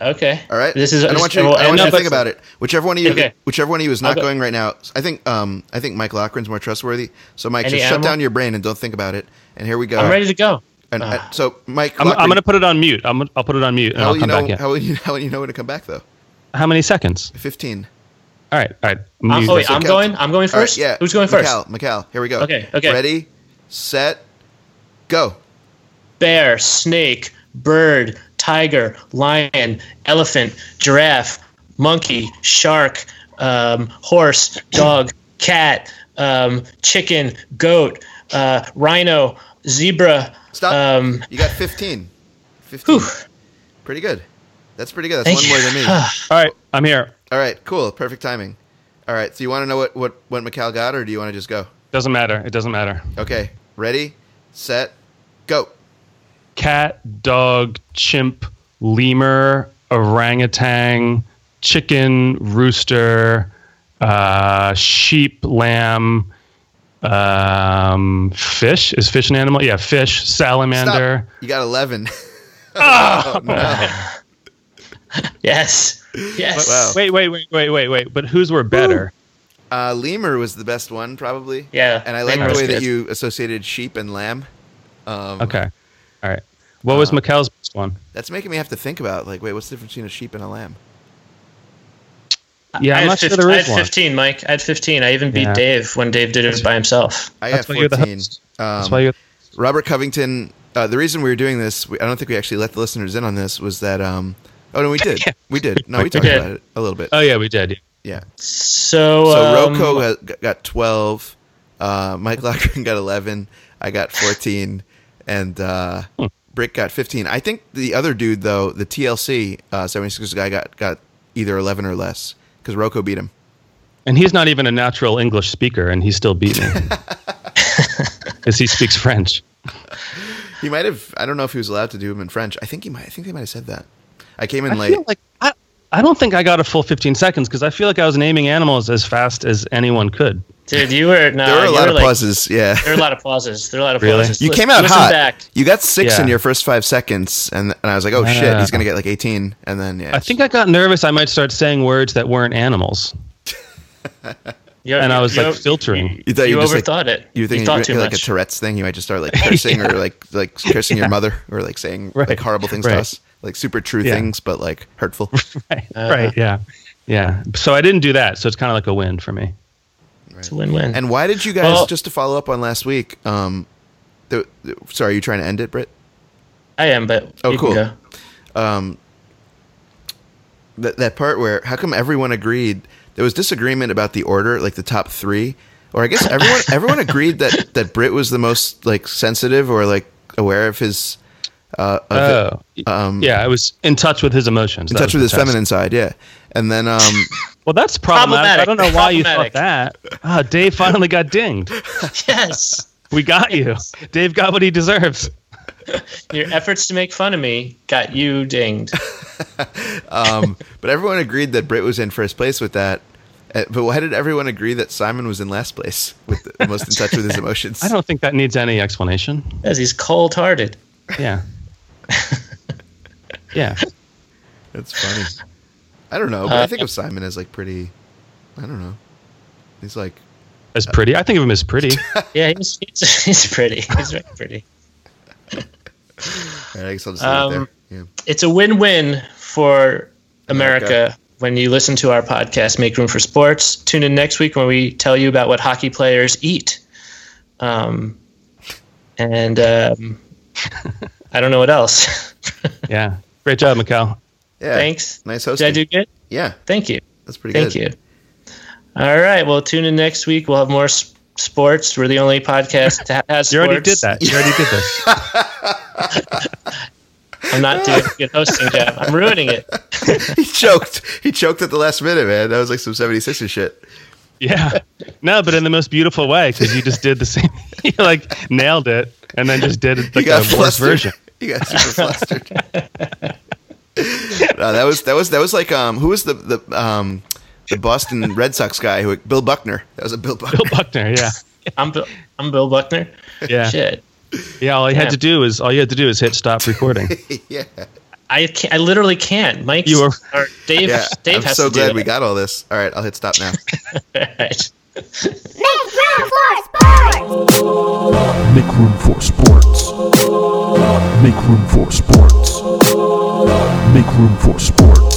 F: Okay.
A: All right.
F: This is.
A: I don't want you.
F: well,
A: I don't
F: and
A: want you
F: no,
A: to
F: but-
A: think about it. Whichever one of you,
F: Okay.
A: whichever one of you is not
F: go-
A: going right now. I think. Um. I think Mike Lochran's more trustworthy. So Mike,
F: Any
A: just shut
F: animal?
A: down your brain and don't think about it. And here we go.
F: I'm ready Ah. to go.
A: And, uh, so Mike,
D: I'm, I'm
A: Loughran,
D: going to put it on mute. I'm, gonna- I'll put it on mute and
A: How
D: I'll
A: will you
D: come back
A: know?
D: in.
A: How will you? How will you know when to come back though?
D: How many seconds?
A: Fifteen.
D: All right. All right.
F: I'm,
A: Uh,
D: Mute.
F: oh, wait, I'm
A: okay.
F: going. I'm going
A: All right,
F: first. Who's going first?
A: Mikal, Mikal, here we go.
F: Okay, okay.
A: Ready, set, go.
F: bear, snake, bird, tiger, lion, elephant, giraffe, monkey, shark, um, horse, dog, cat, um, chicken, goat, uh, rhino, zebra.
A: Stop.
F: Um,
A: you got 15. 15. Pretty good. That's pretty good.
F: Thank
A: That's one
F: you.
A: more than me.
F: [SIGHS]
A: All
D: All right. I'm here.
A: right, cool. Perfect timing. All right, so you want to know what, what, what Mikal got, or do you want to just go?
D: Doesn't matter. It doesn't matter.
A: Okay, ready, set, go.
D: Cat, dog, chimp, lemur, orangutan, chicken, rooster, uh, sheep, lamb, um, fish. Is fish an animal? Yeah, fish,
A: Stop.
D: salamander.
A: You got 11. oh, no.
F: yes. Yes.
A: Wow.
D: Wait, wait, wait, wait, wait, wait. But whose were better?
A: [LAUGHS] Uh, lemur was the best one, probably.
F: Yeah,
A: And I like
F: lemur
A: the
F: was
A: way that
F: good.
A: you associated sheep and lamb. Um,
D: Okay. All right. What was Mikel's best first one.
A: That's making me have to think about like, wait, what's the difference between a sheep and a lamb?
D: Yeah,
F: I had
D: I'm not sure
F: 15
D: there
F: I
D: is
F: had
D: one.
F: 15, Mike. I had 15. I even beat
D: Yeah.
F: Dave when Dave did it by himself.
A: I
D: That's
A: have
D: why you're the
A: 14.
D: host.
A: Um,
D: That's why you're.
A: Robert Covington. Uh, the reason we were doing this, we, I don't think we actually let the listeners in on this, was that. Um, oh no, we did. We did. No, we talked
F: did.
A: about it a little bit.
D: Oh yeah, we did. yeah.
A: Yeah.
F: So,
A: So
F: um,
A: Rocco has, g- got twelve. Uh, Mike Lochran got eleven. I got fourteen, and uh, Brick got fifteen. I think the other dude though, the TLC uh, seventy six guy, got got either eleven or less because Rocco beat him.
D: And he's not even a natural English speaker, and he still beat [LAUGHS] me because he speaks French.
A: He might have. I don't know if he was allowed to do him in French. I think he might. I think they might have said that. I came in
D: I
A: late.
D: feel like I, I don't think I got a full 15 seconds because I feel like I was naming animals as fast as anyone could.
F: dude, you were no.
A: there were
F: uh,
A: a
F: you
A: lot of
F: like-
A: pauses. Yeah.
F: There are a lot of pauses. There are a lot of
D: Really?
F: pauses.
A: You
F: Listen-
A: came out
F: listen
A: hot.
F: Back.
A: You got six
D: Yeah.
A: in your first five seconds, and and I was like, oh shit,
D: Yeah.
A: he's gonna get like eighteen, and then yeah.
D: I think I got nervous I might start saying words that weren't animals.
F: You-
D: And I was,
F: you-
D: like, filtering.
A: You thought
F: you
A: you just, like-
F: overthought it.
A: you think
F: you thought
A: you-
F: too
A: like
F: much.
A: a Tourette's thing? You might just start
D: [LAUGHS]
A: like cursing or like like cursing your mother or like saying like
D: Right.
A: horrible things to
D: Right.
A: us, like super true
D: Yeah.
A: things, but like
D: [LAUGHS]
A: hurtful.
D: right. right. Yeah. Yeah. So I didn't do that. So it's kind of like a win for me.
F: it's a win-win.
A: and why did you guys
F: Well-
A: just to follow up on last week? Um, the, the- sorry, are you trying to end it, Britt?
F: I am, but
A: Oh,
F: you can
A: cool. [LAUGHS]
F: go.
A: um, that that part where how come everyone agreed there was disagreement about the order, like the top three, or I guess everyone everyone agreed that that Brit was the most like sensitive or like aware of his uh, of it-
D: Oh.
A: um,
D: yeah. I was in touch with his emotions.
A: in
D: That
A: touch
D: was
A: with his
D: the test.
A: feminine side, yeah, and then um, [LAUGHS]
D: Well, that's problematic. I
F: Problematic.
D: don't know why you thought
F: Problematic.
D: that. Ah, Dave finally got dinged.
F: [LAUGHS] Yes.
D: We got you. Dave got what he deserves.
F: Your efforts to make fun of me got you dinged.
A: um, but everyone agreed that Brit was in first place with that. Uh, But why did everyone agree that Simon was in last place with the most in touch with
D: [LAUGHS]
A: his emotions?
D: I don't think that needs any explanation.
F: As he's cold hearted. [LAUGHS]
D: Yeah. yeah.
A: That's funny. I don't know, but
D: Uh,
A: I think of Simon as like pretty. I don't know. He's like
D: As pretty. I think of him as pretty.
F: Yeah, he's, he's, [LAUGHS] he's pretty. He's very pretty.
A: All right, I guess I'll just
F: Um,
A: leave it there. Yeah.
F: It's a win win for America.
A: America.
F: When you listen to our podcast, Make Room for Sports, tune in next week when we tell you about what hockey players eat. Um, and um, [LAUGHS] I don't know what else. [LAUGHS]
D: Yeah. Great job, Mikal.
A: Yeah.
F: Thanks.
A: Nice
F: Did
A: hosting.
F: I do good?
A: yeah,
F: Thank you.
A: that's pretty
F: Thank
A: good.
F: you. All right. Well, tune in next week. We'll have more s- sports. We're the only podcast that has sports.
D: You already did that. You already did this.
F: I'm
D: [LAUGHS]
F: not doing a good hosting job. I'm ruining it.
A: [LAUGHS] he choked. He choked at the last minute, man. That was like some 76er shit.
D: Yeah. No, but in the most beautiful way because you just did the same. [LAUGHS] you like nailed it and then just did
A: He
D: like
A: got
D: a worse
A: flustered.
D: version.
A: [LAUGHS] He got super flustered. [LAUGHS] no, that was that was that was like um who was the the um the Boston Red Sox guy who Bill Buckner. That was a Bill Buckner.
D: Bill Buckner. Yeah.
F: I'm Bill, I'm Bill Buckner.
D: Yeah.
F: Shit.
D: Yeah. All you had
F: Damn.
D: to do is all you had to do is hit stop recording.
A: yeah.
F: I can't, I literally can't. Mike
D: You were-
F: or Dave.
A: Yeah.
F: Dave
A: I'm
F: has
A: so
F: to
A: glad
F: do
A: we
F: [LAUGHS] it.
A: got all this. All right, I'll hit stop now.
F: Alright.
B: Make room for sports!
C: Make room for sports. Make room for sports. Make room for sports.